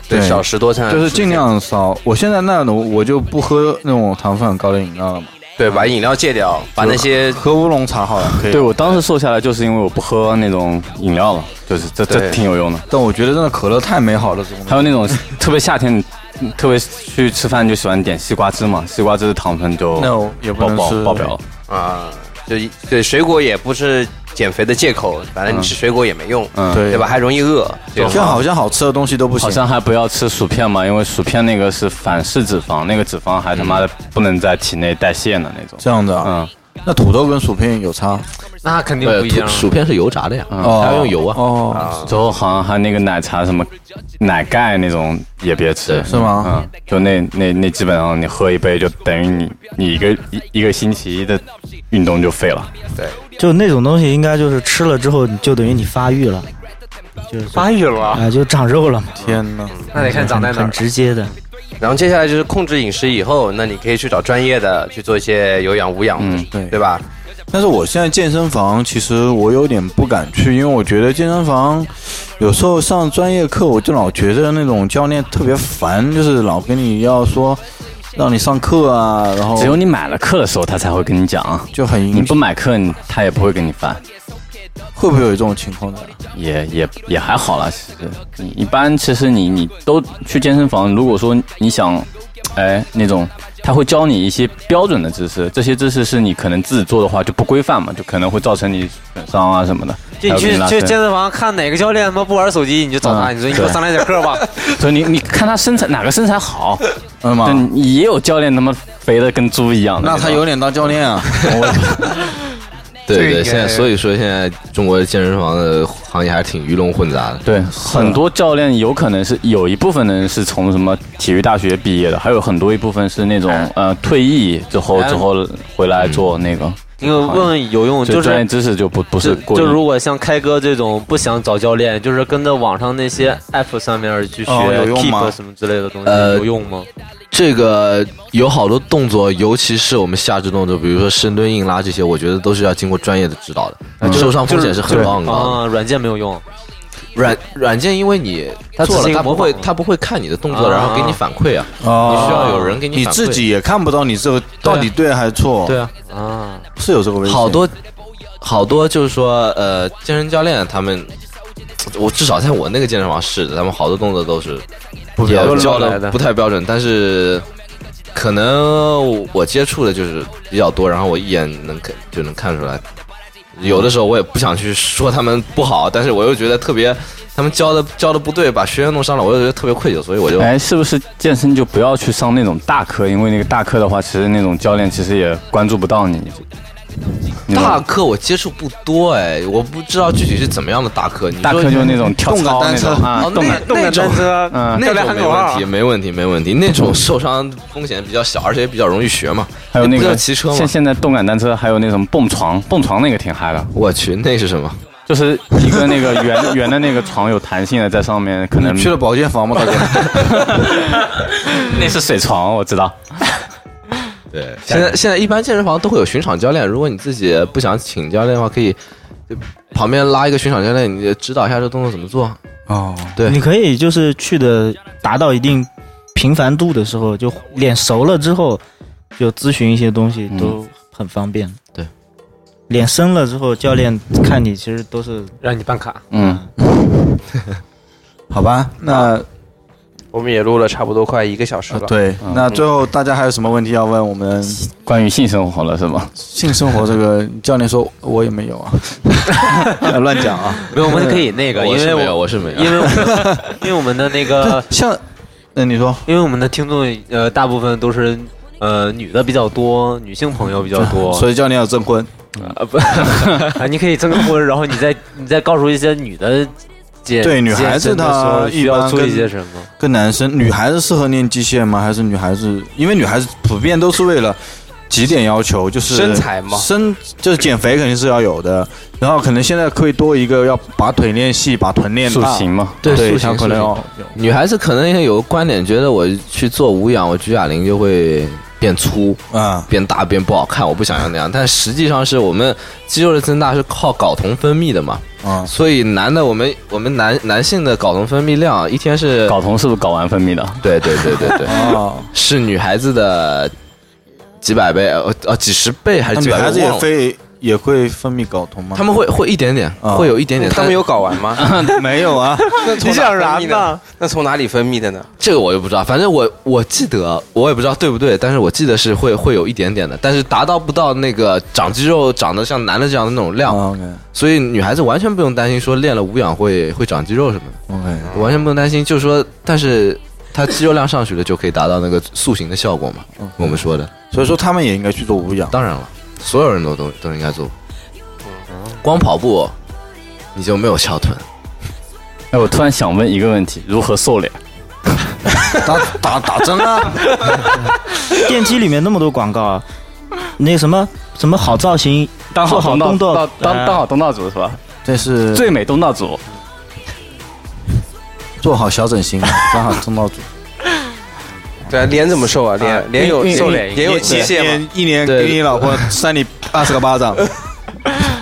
S5: 就是尽量少。我现在那种我就不喝那种糖分很高的饮料了嘛，
S9: 对，把饮料戒掉，把那些
S5: 喝乌龙茶好了，可以。
S8: 对我当时瘦下来就是因为我不喝那种饮料了，就是这这
S5: 对
S8: 挺有用的。
S5: 但我觉得真的可乐太美好了，这种哦
S8: 还有那种特别夏天，嗯特别去吃饭就喜欢点西瓜汁嘛，西瓜汁的糖分就
S9: 那我也不
S8: 爆
S9: 能
S8: 爆
S9: 吃
S8: 爆表。
S9: 啊，就对水果也不是减肥的借口，反正你吃水果也没用，
S8: 嗯
S9: 对吧？还容易饿，这种
S5: 像好吃的东西都不
S8: 行，好像还不要吃薯片嘛，因为薯片那个是反式脂肪，那个脂肪还他妈
S9: 嗯
S8: 的不能在体内代谢呢那种。
S5: 这样的啊。那土豆跟薯片有差？
S7: 那肯
S5: 定不一样
S3: 呃薯片是油炸的呀，
S5: 哦
S8: 还
S5: 还
S8: 要
S5: 要
S8: 用
S5: 用
S3: 油啊。
S8: 哦，之后好像还有那个奶茶什么奶盖那种也别吃，
S5: 是吗？
S8: 嗯，就那那那基本上你喝一杯就等于你你一个一一个星期的运动就废了。
S9: 对，
S6: 就那种东西，应该就是吃了之后，你就等于你发育了，就是
S9: 发育了
S6: 啊、就长肉了嘛。
S5: 天哪，
S9: 那得看长在哪儿
S6: 很直接的。
S9: 然后接下来就是控制饮食以后，那你可以去找专业的去做一些有氧无氧，嗯，对，对吧？
S5: 但是我现在健身房，其实我有点不敢去，因为我觉得健身房有时候上专业课，我就老觉得那种教练特别烦，就是老跟你要说让你上课啊，然
S9: 哦
S5: 后
S8: 只有你买了课的时候，他才会跟你讲
S9: 嗯
S8: 啊，
S5: 就很
S8: 你不买课，你他也不会跟你翻，
S5: 会不会有这种情况呢？
S8: 也也也还好啦。其实你一般其实你你都去健身房，如果说你想，哎那种他会教你一些标准的姿势，这些姿势是你可能自己做的话就不规范嘛，就可能会造成你损伤啊什么的。
S7: 就
S8: 还
S7: 你
S8: 有给
S7: 去
S8: 拉
S7: 去
S8: 伸
S7: 健身房看哪个教练他妈不玩手机，你就找他，
S8: 嗯
S7: 你说你给我
S8: 对
S7: 上来点课吧。
S8: 所以你你看他身材哪个身 材好，
S5: 嗯嘛
S8: 对也有教练他妈肥的跟猪一样的。
S5: 那他有脸当教练啊？
S3: 对
S8: 这
S3: 对，
S8: 个
S3: 现在所以说现在中国健身房的行业还是挺鱼龙混杂的。
S8: 对，很多教练有可能是有一部分人是从什么体育大学毕业的，还有很多一部分是那种呃退役之后
S7: 哎
S8: 之后回来做那个。
S7: 你问问有用，
S8: 所以
S7: 就是
S8: 专业知识就不不是
S7: 就
S8: 过
S7: 就
S8: 硬
S7: 如果像开哥这种不想找教练，就是跟着网上那些 app 上面去学、
S3: 哦有用吗
S7: keep 什么之类的东西，
S3: 呃
S7: 有用吗？
S3: 这个有好多动作，尤其是我们下肢动作，比如说深蹲、硬拉这些，我觉得都是要经过专业的指导的，受伤风险是很高很高的。
S7: 啊，软件没有用，
S3: 软软件因为你
S7: 它
S3: 做
S7: 只
S3: 了，
S7: 是一个
S3: 它不
S7: 模
S3: 会
S7: 仿
S3: 它不会看你的动作，
S7: 啊
S3: 然后给你反馈啊。
S5: 哦
S3: 你需要有人给你
S5: 你
S3: 反馈
S5: 自己也看不到你这个到底对还是错。
S3: 对啊，
S7: 啊，
S5: 是有这个危险。
S3: 好多好多就是说，呃，健身教练他们，我至少在我那个健身房是的，他们好多动作都是
S5: 不
S3: 也
S5: 标准
S3: 教
S5: 来
S3: 的
S5: 的
S3: 不太标准，但是可能我接触的就是比较多，然后我一眼能看就能看出来。有的时候我也不想去说他们不好，但是我又觉得特别，他们教的教的不对，把学员弄伤了，我又觉得特别愧疚，所以我就
S8: 哎，是不是健身就不要去上那种大课？因为那个大课的话，其实那种教练其实也关注不到你。你懂吗
S3: 大课我接触不多哎，我不知道具体是怎么样的大课。你说
S8: 大课就是那种跳操那种啊
S3: 哦
S8: 动
S3: 那
S8: 感
S3: 那
S8: 动感
S3: 种
S8: 单车嗯
S3: 那
S8: 教练
S3: 种
S8: 喊
S3: 没
S8: 口号
S3: 问题，没问题，没问题。那种受伤风险比较小，而且也比较容易学嘛。
S8: 还有那
S3: 你不
S8: 个
S3: 就骑车嘛
S8: 现，现在动感单车，还有那种蹦床，蹦床那个挺嗨的。
S3: 我去，那是什么？
S8: 就是一个那个圆 圆的那个床，有弹性的，在上面可能
S5: 你去了保健房吗， 大哥？
S8: 那是水床，我知道。
S3: 对，现在现在一般健身房都会有巡场教练，如果你自己不想请教练的话，可以旁边拉一个巡场教练，你指导一下这动作怎么做。
S5: 哦，
S3: 对，
S6: 你可以就是去的达到一定频繁度的时候，就脸熟了之后，就咨询一些东西
S3: 嗯
S6: 都很方便。
S3: 对，
S6: 脸深了之后，教练看你其实都是
S7: 让你办卡。
S10: 嗯，
S5: 好吧，那
S9: 我们也录了差不多快一个小时了。
S5: 啊对，那最后大家还有什么问题要问我们？
S8: 关于性生活了是吗？
S5: 性生活这个，教练说我也没有啊，乱讲啊。
S7: 没有，我们可以那个，因
S3: 我
S7: 为
S3: 是没有，
S7: 我
S3: 我是没有，
S7: 因为我们 因为我们的那个，
S5: 像，那你说，
S7: 因为我们的听众呃，大部分都是呃女的比较多，女性朋友比较 多，
S5: 所以教练要征婚，
S7: 啊不，啊你可以征婚，然后你再你再告诉一些女的健
S5: 对女孩子
S7: 健身的时候
S5: 她一
S7: 需要
S5: 般
S7: 做
S5: 跟
S7: 一些什么？
S5: 跟男生，女孩子适合练机械吗？还是女孩子？因为女孩子普遍都是为了几点要求，就是
S9: 身材嘛
S5: 身就是减肥肯定是要有的，然后可能现在会多一个要把腿练细，把臀练
S8: 塑
S5: 大，
S8: 形嘛，
S5: 对，
S3: 塑
S5: 她
S3: 形
S5: 可能要
S3: 塑女孩子可能也有个观点，觉得我去做无氧，我举哑铃就会变粗、
S5: 啊，
S3: 变大、变不好看，我不想要那样。但实际上是我们肌肉的增大是靠睾酮分泌的嘛，
S8: 啊
S5: 嗯
S3: 所以男的我们我们男男性的睾酮分泌量一天是
S8: 睾酮是不是睾丸分泌的？
S3: 对对对对对，
S5: 哦，
S3: 是女孩子的几百倍，呃呃几十倍还
S5: 那
S3: 是几
S5: 啊女孩
S3: 百倍？
S5: 子也
S3: 我忘了
S5: 非也会分泌睾酮吗？
S3: 他们会会一点点，
S5: 啊
S3: 会有一点点。
S9: 他们有睾丸吗？
S5: 没有啊，
S9: 那从哪分泌的？那从哪里分泌的呢？
S3: 这个我就不知道，反正我我记得，我也不知道对不对，但是我记得是会会有一点点的，但是达到不到那个长肌肉长得像男的这样的那种量，
S5: o k
S3: 所以女孩子完全不用担心说练了无氧会会长肌肉什么
S5: OK，
S3: 的，完全不用担心，就是说，但是她肌肉量上去了就可以达到那个塑形的效果嘛，我们说的，
S5: 所以说他们也应该去做无氧。
S3: 当然了，所有人都都都应该做，光跑步你就没有翘臀，
S8: 哎，我突然想问一个问题：如何瘦脸？
S5: 打打打针啊！
S6: 电梯里面那么多广告啊，那什么什么好造型，
S8: 当好
S6: 做好
S8: 东道
S6: 东道
S8: 当当
S6: 哎
S8: 当好东道主是吧？
S5: 这是
S8: 最美东道 主，
S5: 做好小整 形，做好通道组。
S9: 对啊，脸怎么瘦啊？
S5: 啊
S9: 脸脸有
S5: 一
S9: 瘦
S5: 一
S9: 脸也有极限嘛？
S5: 一年
S3: 对
S5: 给你老婆扇你二十个巴掌。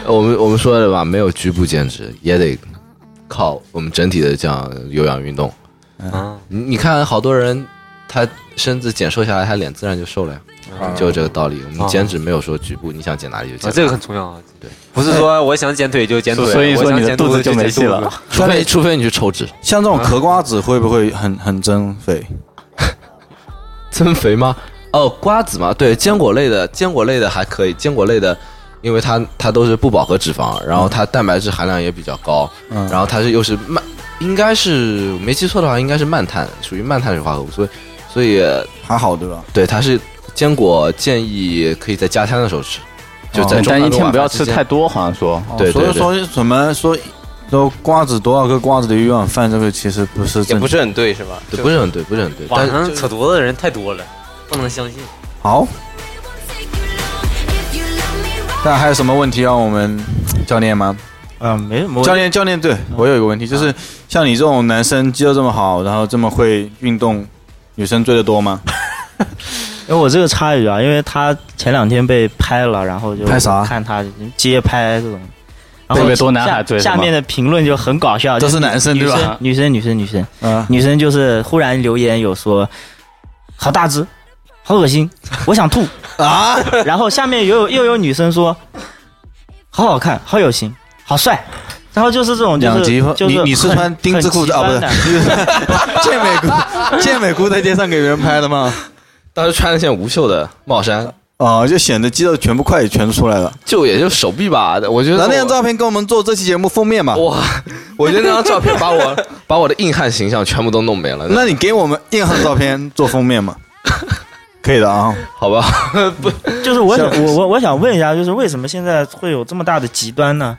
S3: 我们我们说的吧，没有局部减脂，也得靠我们整体的这样有氧运动。
S7: 啊，
S3: 你你看，好多人他身子减瘦下来，他脸自然就瘦了呀，就这个道理。我们减脂没有说局部，你想减哪里就
S7: 啊
S3: 减。
S7: 这个很重要啊，
S3: 对，
S7: 不是说我想减腿就减腿，
S8: 所以
S7: 我
S8: 说
S7: 想
S8: 你的
S7: 减
S8: 肚
S7: 子
S8: 子就没
S7: 减
S8: 戏
S7: 肚子
S8: 了。
S3: 除非除非你去抽脂，
S5: 像这种嗑瓜子会不会很很增肥？
S3: 增肥吗？哦，瓜子嘛，对，坚果类的，坚果类的还可以，坚果类的。因为它它都是不饱和脂肪，然后它蛋白质含量也比较高，
S5: 嗯
S3: 然后它是又是慢，应该是没记错的话，应该是慢碳，属于慢碳水化合物，所以所以呃
S5: 还好对吧？
S3: 对，它是坚果建议可以在加餐的时候吃，就在
S5: 哦
S3: 中
S8: 但
S3: 餐
S8: 一
S3: 跟
S8: 天
S3: 晚
S8: 不要
S3: 饭之
S8: 吃
S3: 间
S8: 太多，好像说。哦
S3: 对
S5: 所
S3: 对
S5: 以说什么说说瓜子多少个瓜子的营养饭，这个其实不是
S9: 也
S5: 正
S9: 不是很对是吧？
S3: 对，不是很对，不是很对。
S7: 网
S3: 但
S7: 上扯犊子的人太多了，不能相信。
S5: 好。大家还有什么问题要我们教练吗？
S6: 嗯，没什么问题
S5: 教练，教练，对我有一个问题，就是像你这种男生肌肉这么好，然后这么会运动，女生追的多吗？
S6: 因哎为我这个插一句啊，因为他前两天被拍了，然后就
S5: 拍啥
S6: 看他街拍这种，然后
S8: 特别多男孩追
S6: 下下
S8: 是吗
S6: 面的评论就很搞笑，
S5: 都是
S6: 就
S5: 男生
S6: 女
S5: 对吧
S6: 生女生女生女生
S5: 啊，
S6: 女生就是忽然留言有说，好大只，好恶心，我 想吐啊。然后下面又有又有女生说，好好看，好有型，好帅。然后就是这种，就
S5: 两极
S6: 是
S5: 化
S6: 就是
S5: 你你是
S6: 很
S5: 穿丁字裤的啊？不
S6: 很
S5: 是
S6: 极端的，
S5: 你是 健美 裤，健美裤在街上给别人拍的吗？
S3: 当时穿了件无袖的帽衫，
S5: 哦，就显得肌肉全部快也全出来了。
S3: 就也就手臂吧，我觉得
S5: 拿
S3: 我。
S5: 那张照片跟我们做这期节目封面嘛？
S3: 哇，我觉得那张照 片把我把我的硬汉形象全部都弄没了。那
S5: 那你给我们硬汉照片做封面 嘛？可以的啊，
S3: 好吧，
S6: 就是我想
S5: 像
S6: 我我我想问一下，就是为什么现在会有这么大的极端呢？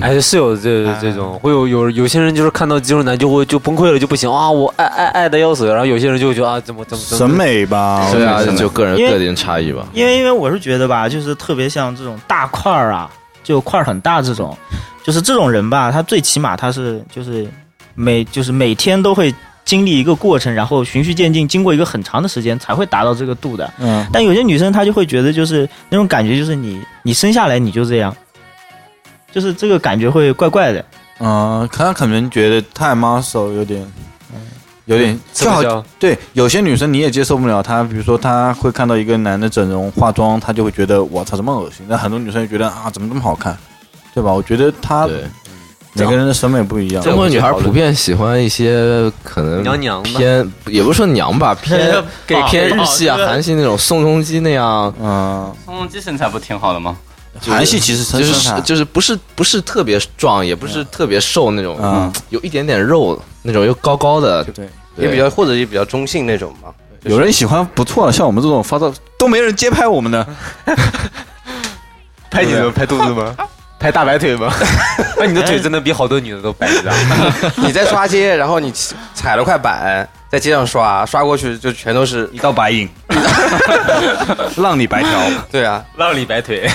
S7: 哎，是有这
S3: 啊
S7: 这种，会有有有些人就是看到肌肉男就会就崩溃了，就不行啊，我爱爱爱的要死。然后有些人就会觉得啊，怎么怎么怎么
S5: 审美吧，
S3: 对啊
S5: 我觉，得
S3: 就个人
S6: 因为
S3: 个人差异吧。
S6: 因为因为我是觉得吧，就是特别像这种大块儿啊，就块儿很大这种，就是这种人吧，他最起码他是就是每就是每天都会经历一个过程，然后循序渐进，经过一个很长的时间才会达到这个度的。
S5: 嗯，
S6: 但有些女生她就会觉得就是那种感觉，就是你你生下来你就这样，就是这个感觉会怪怪的。
S5: 嗯，他可能觉得太 muscle 有点，嗯有点
S6: 吃不
S5: 就好
S6: 消
S5: 对，有些女生你也接受不了她，比如说她会看到一个男的整容化妆，她就会觉得我操这么恶心。但很多女生就觉得啊怎么这么好看，对吧？我觉得她每个人的审美不一样。
S3: 中国女孩普遍喜欢一些可能
S5: 娘娘的
S3: 偏，也不是说娘吧， 偏
S8: 给
S3: 偏日系啊、
S8: 给
S3: 韩系那种宋仲基那样，
S5: 嗯，
S8: 宋仲基身材不挺好的吗？
S3: 就是就是就是不是不是特别壮，也不是特别瘦那种，
S5: 嗯
S3: 有一点点肉那种，又高高的，
S5: 对，
S9: 也比较或者也比较中性那种 嘛。
S5: 有人喜欢不错了，像我们这种发到都没人接拍我们的，
S11: 拍你怎么拍肚子 吗？拍大白腿吗？
S7: 那你的腿真的比好多女的都白，你知道吗？
S9: 你在刷街，然后你踩了块板，在街上刷，刷过去就全都是一
S5: 道白 影，让你白嫖。
S9: 对啊，
S7: 让你白腿。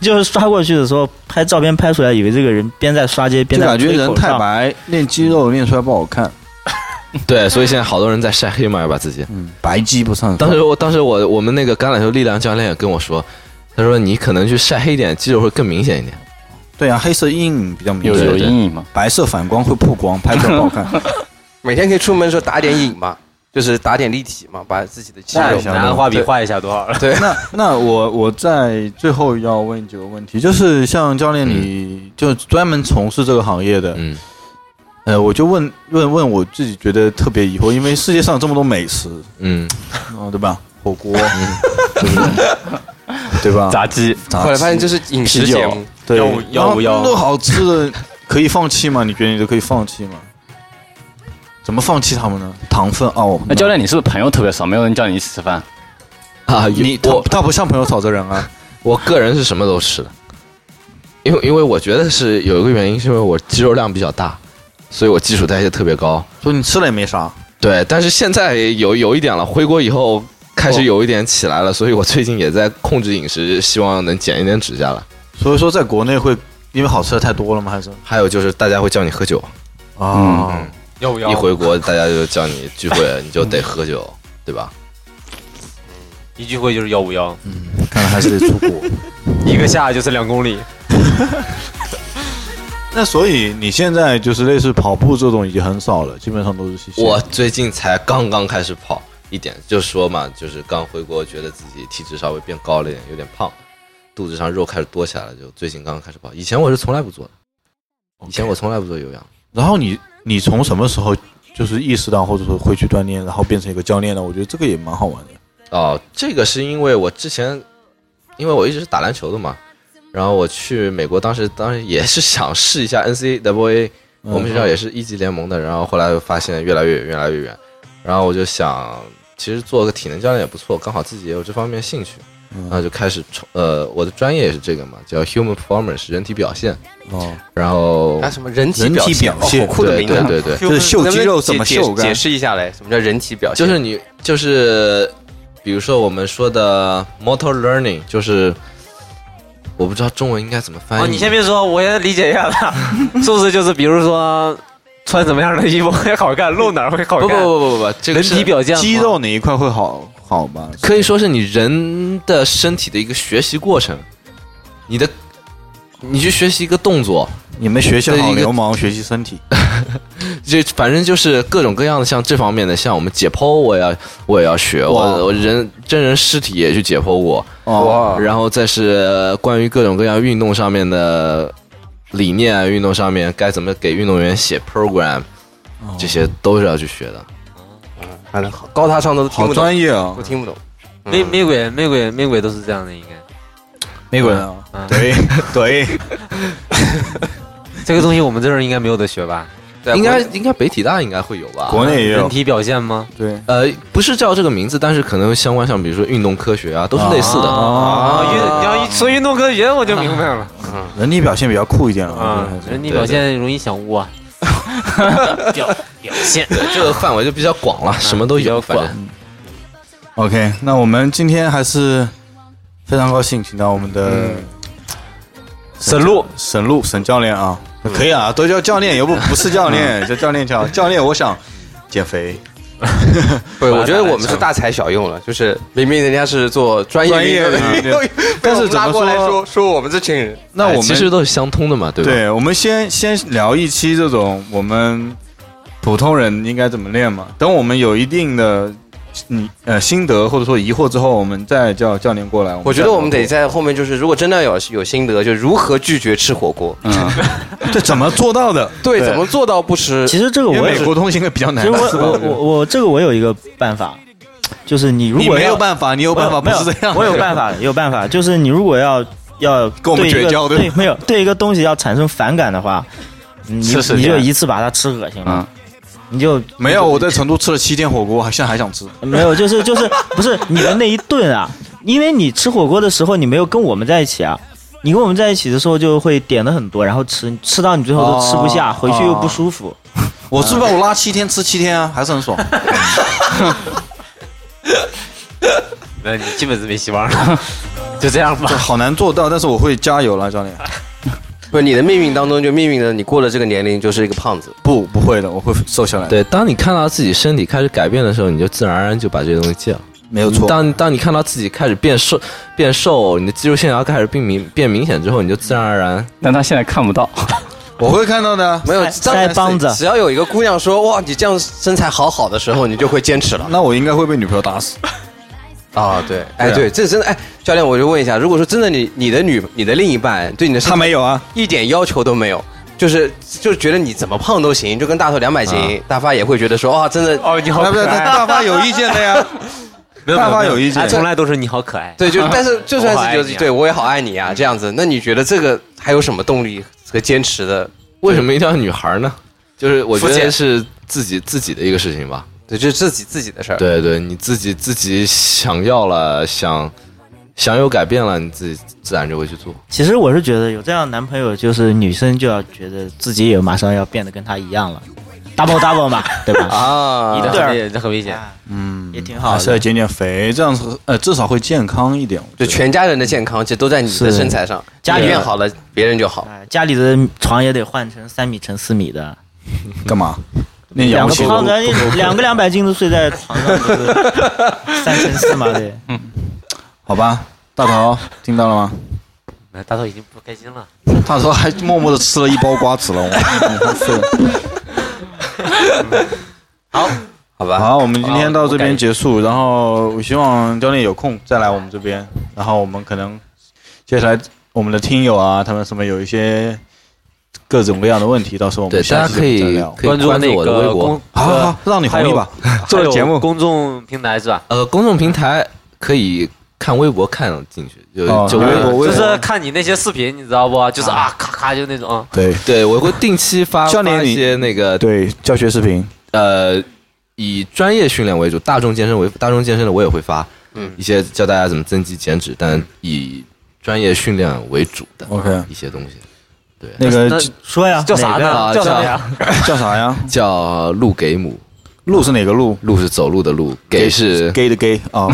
S6: 就是刷过去的时候拍照片拍出来，以为这个人边在刷街
S5: 就
S6: 边在
S5: 感觉
S6: 吹口
S5: 人太
S6: 哨，
S5: 白，练肌肉练出来不好看，
S3: 对，所以现在好多人在晒黑嘛，要把自己。
S5: 白肌不上。
S3: 当时我当时我我们那个橄榄球力量教练也跟我说，他说你可能去晒黑一点，肌肉会更明显一点。
S5: 对啊，黑色阴影比较明显，
S3: 有有阴
S8: 影吗？
S5: 白色反光会曝光，拍出来不好 看。
S9: 每天可以出门的时候打点影嘛，就是打点立体嘛，把自己的肌
S5: 那
S9: 肉
S5: 也行拿画笔画
S7: 一下多好了。
S9: 对，
S5: 那那我我在最后要问几个问题，就是像教练
S9: 嗯
S5: 你就专门从事这个行业的，
S3: 嗯，
S5: 呃，我就问问问我自己觉得特别疑惑，因为世界上这么多美食，
S3: 嗯，
S5: 哦对吧？火锅，
S9: 嗯
S5: 对不对？对吧？
S8: 炸鸡，
S5: 炸
S9: 后来发现这是饮食
S5: 啤酒
S9: 节目
S5: 对，
S9: 要不要不要
S5: 然后那么多好吃的可以放弃吗？你觉得你都可以放弃吗？怎么放弃他们呢？糖分哦，
S8: 那教练，你是不是朋友特别少，没有人叫你一起吃饭？
S3: 啊，
S5: 你他他不像朋友草这人啊。
S3: 我个人是什么都吃的，因为因为我觉得是有一个原因，是因为我肌肉量比较大，所以我基础代谢特别高。
S5: 说你吃了也没啥。
S3: 对，但是现在有有一点了，回国以后开始有一点起来了，所以我最近也在控制饮食，希望能减一点脂下来。
S5: 所以说，在国内会因为好吃的太多了吗？还是
S3: 还有就是大家会叫你喝酒，
S5: 啊？
S7: 要不
S3: 一回国大家就叫你聚会，你就得喝酒，对吧？
S7: 一聚会就是幺五幺，
S5: 看来还是得出国。
S7: 一个下就是两公里。
S5: 那所以你现在就是类似跑步这种已经很少了，基本上都是西线。
S3: 我最近才刚刚开始跑一点，就说嘛，就是刚回国，觉得自己体脂稍微变高了一点，有点胖，肚子上肉开始多起来了，就最近刚刚开始跑。以前我是从来不做的，以前我从来不做有氧。
S5: 然后你你从什么时候就是意识到或者说会去锻炼，然后变成一个教练呢？我觉得这个也蛮好玩的。
S3: 哦，这个是因为我之前，因为我一直是打篮球的嘛，然后我去美国，当时当时也是想试一下 NCAA，我们学校也是一级联盟的，然后后来发现越来越远，越来越远，然后我就想，其实做个体能教练也不错，刚好自己也有这方面兴趣，
S9: 嗯
S3: 然后就开始从呃，我的专业也是这个嘛，叫 Human Performance 人体表现，
S5: 哦，
S3: 然后
S9: 啊什么人体表现哦好酷的
S3: 对
S9: 名字啊，
S3: 对对对，
S9: 能不能解解解释一下嘞，什么叫人体
S7: 啊
S9: 表现？
S3: 就是你就是，比如说我们说的 motor learning，就是我不知道中文应该怎么翻译。
S7: 哦，你先别说，我先理解一下他，是不是就是比如说穿什么样的衣服会好看，露哪儿会好
S3: 不
S7: 看？
S3: 不不不不不，这个
S7: 人
S3: 是
S7: 体表现吗，
S5: 哪一块会好好吧？
S3: 可以说是你人的身体的一个学习过程，你的你去学习一个动作，
S5: 你们学习
S3: 对
S5: 好
S3: 一个
S5: 流氓，学习身体。
S3: 这反正就是各种各样的，像这方面的，像我们解剖，我也要我也要学，
S5: 哇
S3: 我我人真人尸体也去解剖过，
S5: 哇
S3: 然后再是关于各种各样运动上面的理念，啊运动上面该怎么给运动员写 program，这
S5: 哦
S3: 些都是要去学的。
S9: 反正高大上的都听
S5: 好
S9: 不懂，
S5: 专业啊
S9: 都听不懂。
S7: 魅魅嗯鬼魅鬼魅鬼都是这样的，应该。
S5: 那个人啊，
S7: 嗯，
S5: 对对，
S7: 这个东西我们这儿应该没有得学吧？啊
S9: 对
S3: 应该应该北体大应该会有吧？
S5: 国内也
S7: 人
S5: 有。
S7: 体表现吗？
S5: 对，
S3: 呃不是叫这个名字，但是可能相关像比如说运动科学啊，都是类似的。
S5: 哦
S7: 啊，运你要一说运动科学，我就明白了。
S5: 人体表现比较酷一点了。我觉
S7: 啊
S5: 得还，是
S7: 人体表现容易想污啊。表表现，
S3: 对这个范围就比较广
S5: 嗯
S3: 了，什么都有，反正
S5: OK，那我们今天还是非常高兴请到我们的
S9: 嗯
S7: 沈璐，
S5: 沈璐沈教练啊，
S9: 嗯 哎
S5: 可以啊，都叫教练，又不不是教练，叫教练叫教练。我想减肥，
S9: 不是，我觉得我们是大材小用了，就是明明人家是做专业
S5: 专业
S9: 运动
S5: 的
S9: 的，
S5: 但是
S9: 哎 被我们拉
S5: 怎么
S9: 过来
S5: 说
S9: 说说我们这群人，哎
S5: 那我们
S3: 哎其实都是相通的嘛，对吧？
S5: 对，我们先先聊一期这种我们普通人应该怎么练嘛。等我们有一定的你呃心得或者说疑惑之后，我们再叫教练过来。
S9: 我觉
S5: 再
S9: 得我们得
S5: 聊
S9: 在后面，就是如果真的有有心得，就如何拒绝吃火锅，
S5: 过这怎么做到的？
S9: 嗯对，怎么做到不吃？
S6: 其实这个
S5: 因
S6: 我
S5: 为
S6: 也
S5: 美国通行的比较
S6: 其
S5: 难
S6: 实我
S5: 是吧？
S6: 我我我这个我有一个办法，就是你如
S10: 你
S6: 果
S10: 没有
S6: 要
S10: 办法，你有
S6: 我
S10: 办法不
S6: 没有
S10: 是这样的。
S6: 我有办法，有办法，就是你如果要要
S5: 跟我们
S6: 对一
S5: 绝
S6: 个
S5: 交对吧
S6: 对，没有对一个东西要产生反感的话，你
S8: 吃屎
S6: 你
S8: 去
S6: 就一次把它吃恶心了，你就
S5: 没有，我在成都吃了七天火锅，还现在还想吃。
S6: 没有，就是就是不是你的那一顿啊，因为你吃火锅的时候你没有跟我们在一起啊。你跟我们在一起的时候就会点的很多，然后吃吃到你最后都吃不下，
S5: 哦
S6: 回去又不舒服。
S5: 我是不是我拉七天吃七天啊，还是很爽。
S7: 那你基本是没希望了，就这样吧。
S5: 这好难做到，但是我会加油了，教练。
S9: 不是你的命运当中，就命运的你过了这个年龄就是一个胖子。
S5: 不，不会的，我会瘦下来的。
S3: 对，当你看到自己身体开始改变的时候，你就自然而然就把这些东西戒了。
S5: 没有错。
S3: 当当你看到自己开始变瘦、变瘦，你的肌肉线条开始变明变明显之后，你就自然而然
S8: 但他现在看不到，
S5: 我会看到的。啊
S9: 没有，
S6: 腮
S9: 当然
S6: 腮帮子
S9: 是只要有一个姑娘说哇你这样身材好好的时候，你就会坚持了。
S5: 那我应该会被女朋友打死。
S9: 啊，对，哎，
S5: 对
S9: 对，这真的，哎，教练，我就问一下，如果说真的你你的女你的另一半对你的身
S5: 他
S9: 体
S5: 没有啊，
S9: 一点要求都没有，就是就是觉得你怎么胖都行，就跟大头两百斤，大发也会觉得说啊，真的，
S7: 哦，你好
S5: 那不
S7: 可
S5: 是
S7: 爱，
S5: 大发有意见的呀？大发有意
S7: 他
S5: 见，
S7: 哎从来都是你好可爱。
S9: 对，就但是就算
S7: 我好爱
S9: 是就
S7: 你
S9: 是
S7: 啊
S9: 对我也好爱你啊这样子，那你觉得这个还有什么动力和坚持的？
S3: 为什么一定要女孩呢？就是我觉
S9: 肤
S3: 得
S9: 浅
S3: 是自己自己的一个事情吧。
S9: 对，就是自己自己的事儿。
S3: 对对，你自己自己想要了，想想有改变了，你自己自然就会去做。
S6: 其实我是觉得有这样的男朋友，就是女生就要觉得自己也马上要变得跟他一样了，double double 嘛，对吧？
S9: 啊，
S7: 你的
S6: 对啊
S7: 很危这很危险。
S6: 也挺好
S5: 还啊是要
S6: 的。
S5: 减减肥，这样子呃至少会健康一点。我觉
S9: 就
S5: 得
S9: 全家人的健康，其实都在你的
S6: 是
S9: 身材上，
S6: 家里
S9: 你
S6: 人
S9: 变好了，别人就好。
S6: 哎家里的床也得换成三米乘四米的，
S5: 干嘛？那
S6: 两
S5: 养
S6: 个
S5: 不起
S6: 胖子，两个两百斤的睡在床上，不是三乘四嘛？对，
S5: 好吧？大头听到了吗？
S7: 哎大头已经不开心了，
S5: 大头还默默的吃了一包瓜子了。我
S9: 好，好吧，
S5: 好，我们今天到这边
S9: 好
S5: 结束，然后我希望教练有空再来我们这边，然后我们可能接下来我们的听友啊，他们什么有一些各种各样的问题，到时候我
S3: 对，
S5: 们
S3: 大
S5: 下
S3: 家
S5: 期
S3: 可以
S5: 再聊。
S3: 可以关注
S7: 那
S3: 我的微
S7: 个
S3: 博
S7: 公，
S5: 好好好，让你
S7: 还
S5: 红利
S7: 有
S5: 吧。做节目
S7: 公众平台是吧？
S3: 呃，公众平台可以看微博看进去，就
S5: 哦
S3: 就
S5: 微博
S3: 会
S5: 微博
S7: 就是看你那些视频，你知道不？就是啊，咔咔就那种。嗯
S5: 对
S3: 对我会定期发
S5: 教练
S3: 发一
S5: 你
S3: 些那个
S5: 对，教学视频。
S3: 呃，以专业训练为主，大众健身为大众健身的我也会发，
S9: 嗯
S3: 一些教大家怎么增肌减脂，但以专业训练为主的
S5: OK
S3: 一些东西，
S5: 那个
S7: 那
S6: 说呀，
S7: 叫啥
S6: 哪个呀
S7: 呢？
S3: 啊
S7: 叫啥
S3: 叫
S7: 呀？
S5: 叫啥呀？
S3: 叫路给母，
S5: 路是哪个路？
S3: 路是走路的路，给是
S5: gay 的 gay 啊、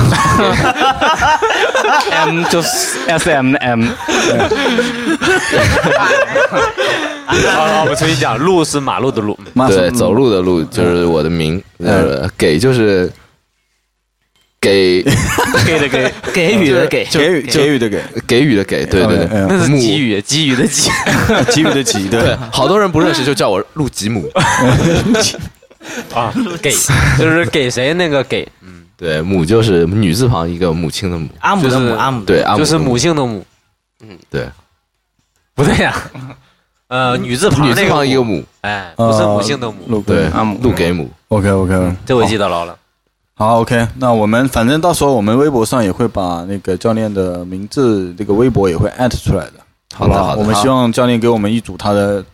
S8: M 就是 S M 的 M，
S7: 好好，啊我重新讲，路是马路的路，
S5: 妈
S3: 对走路的路就是我的名，
S7: 嗯
S3: 呃，给就是 给
S7: 给的给，
S6: 给予的给，
S5: 给予给予的 给，
S3: 给予的给，对对对，
S5: 嗯
S7: 那是
S3: 母
S7: 给予，给予的给。
S5: 给予的给，
S3: 对
S5: 对，，
S3: 好多人不认识就叫我路 吉姆，
S7: 啊， 给就是给谁那个给，
S3: 对，母就是女字旁一个母亲的母，
S6: 阿姆的
S7: 就
S6: 姆，
S7: 是
S6: 阿姆的
S3: 对，阿
S7: 就是
S3: 的母
S7: 母性的母，
S3: 啊嗯对，
S7: 不对呀，呃，女字旁
S3: 女字
S7: 那
S3: 旁一个
S7: 个母，
S3: 母，
S7: 哎，不是母性的母，
S5: 路
S3: 对，
S8: 阿姆
S3: 路给嗯母，
S5: ，OK OK，
S7: 这我记得牢了。
S5: 好 OK，那我们反正到时候我们微博上也会把那个教练的名字，这个微博也会艾特出来的，
S3: 好
S5: 不
S3: 的好的，
S5: 我们希望教练给我们一组他的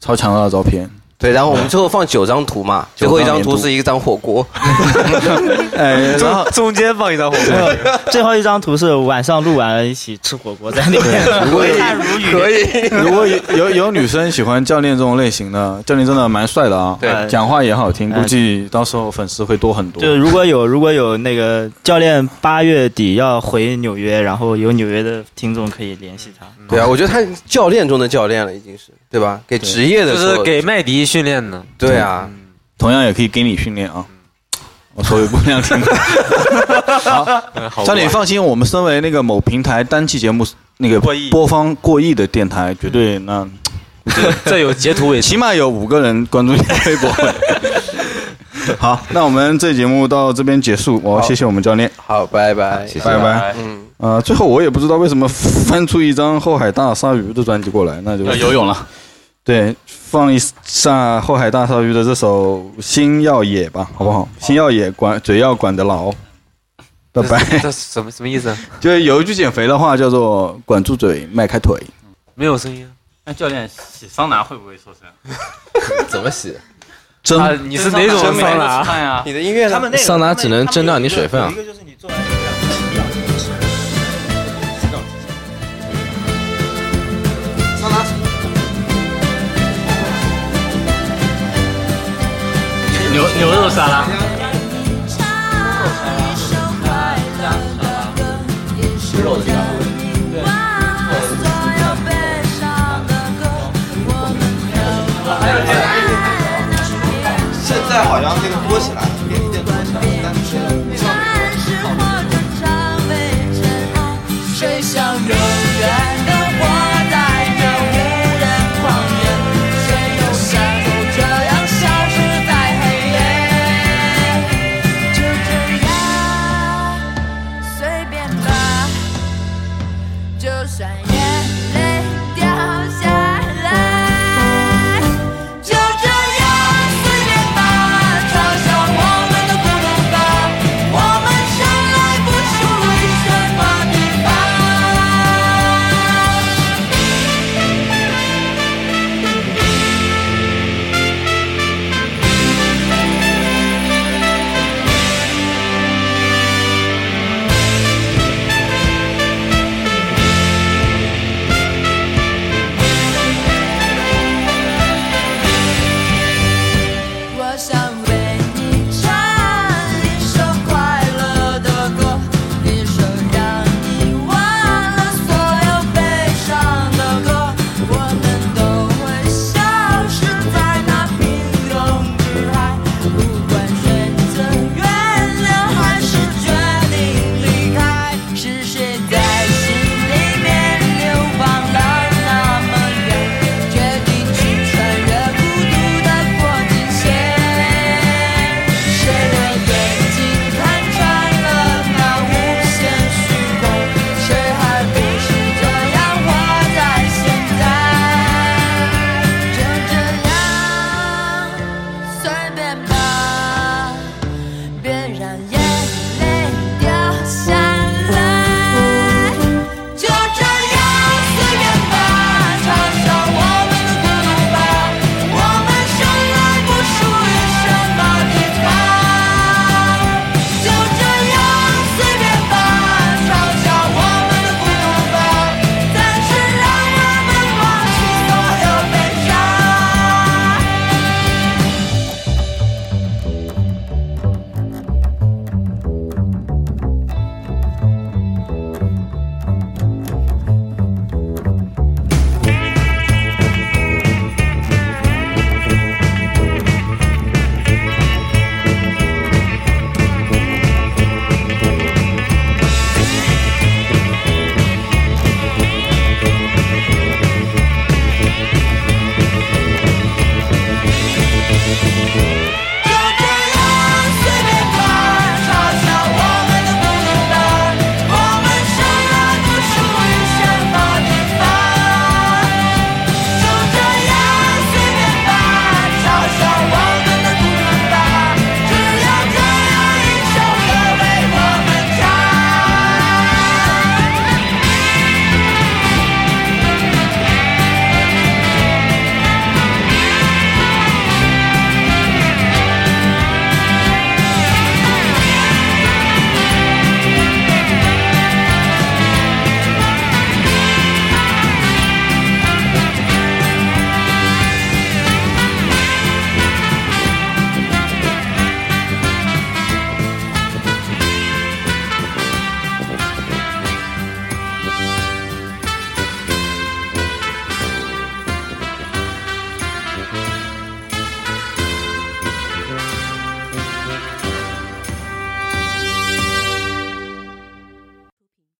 S5: 超强大的照片，
S9: 对，然后我们最后放九张图嘛，最后一张图是一张火锅，
S5: 哎，然后
S7: 中间放一张火
S6: 没有最后一张图是晚上录完了一起吃火锅在那边， 挥汗如雨。
S9: 可以。
S5: 如果有有有女生喜欢教练这种类型的，教练真的蛮帅的啊，
S9: 对
S5: 讲话也好听，
S6: 哎
S5: 估计到时候粉丝会多很多，
S6: 就如果有如果有那个教练八月底要回纽约，然后有纽约的听众可以联系他。
S9: 对啊，我觉得他教练中的教练了，已经是对吧？给职业的
S7: 就是
S9: 做
S7: 给麦迪训练呢。
S9: 对啊，
S5: 同样也可以给你训练啊。我手语不良 听众。好，张磊放心，我们身为那个某平台单期节目那个播放过亿的嗯电台，绝对那
S7: 这有截图为
S5: 起码有五个人关注你的微 博。好，那我们这节目到这边结束，我要谢谢我们教练。
S9: 好，拜拜，
S5: 谢拜拜。嗯，呃，最后我也不知道为什么翻出一张后海大鲨鱼的专辑过来，那就
S8: 要呃游泳了。
S5: 对，放一下后海大鲨鱼的这首《心要野》吧，好不好？心要野，管嘴要管得牢。拜
S7: 这
S5: 拜。
S7: 这什么什么意思？ 啊
S5: 就是有一句减肥的话叫做“管住嘴，迈开腿
S7: 没有声音。
S8: 那教练洗桑拿会不会瘦身？
S3: 怎么洗？”。
S5: 真
S7: 啊你是哪种啊桑拿
S8: 看呀，
S9: 你的音乐呢？
S3: 桑拿只能蒸掉你水分啊。
S8: 牛牛肉沙拉。
S10: 现在好像这个播起来了。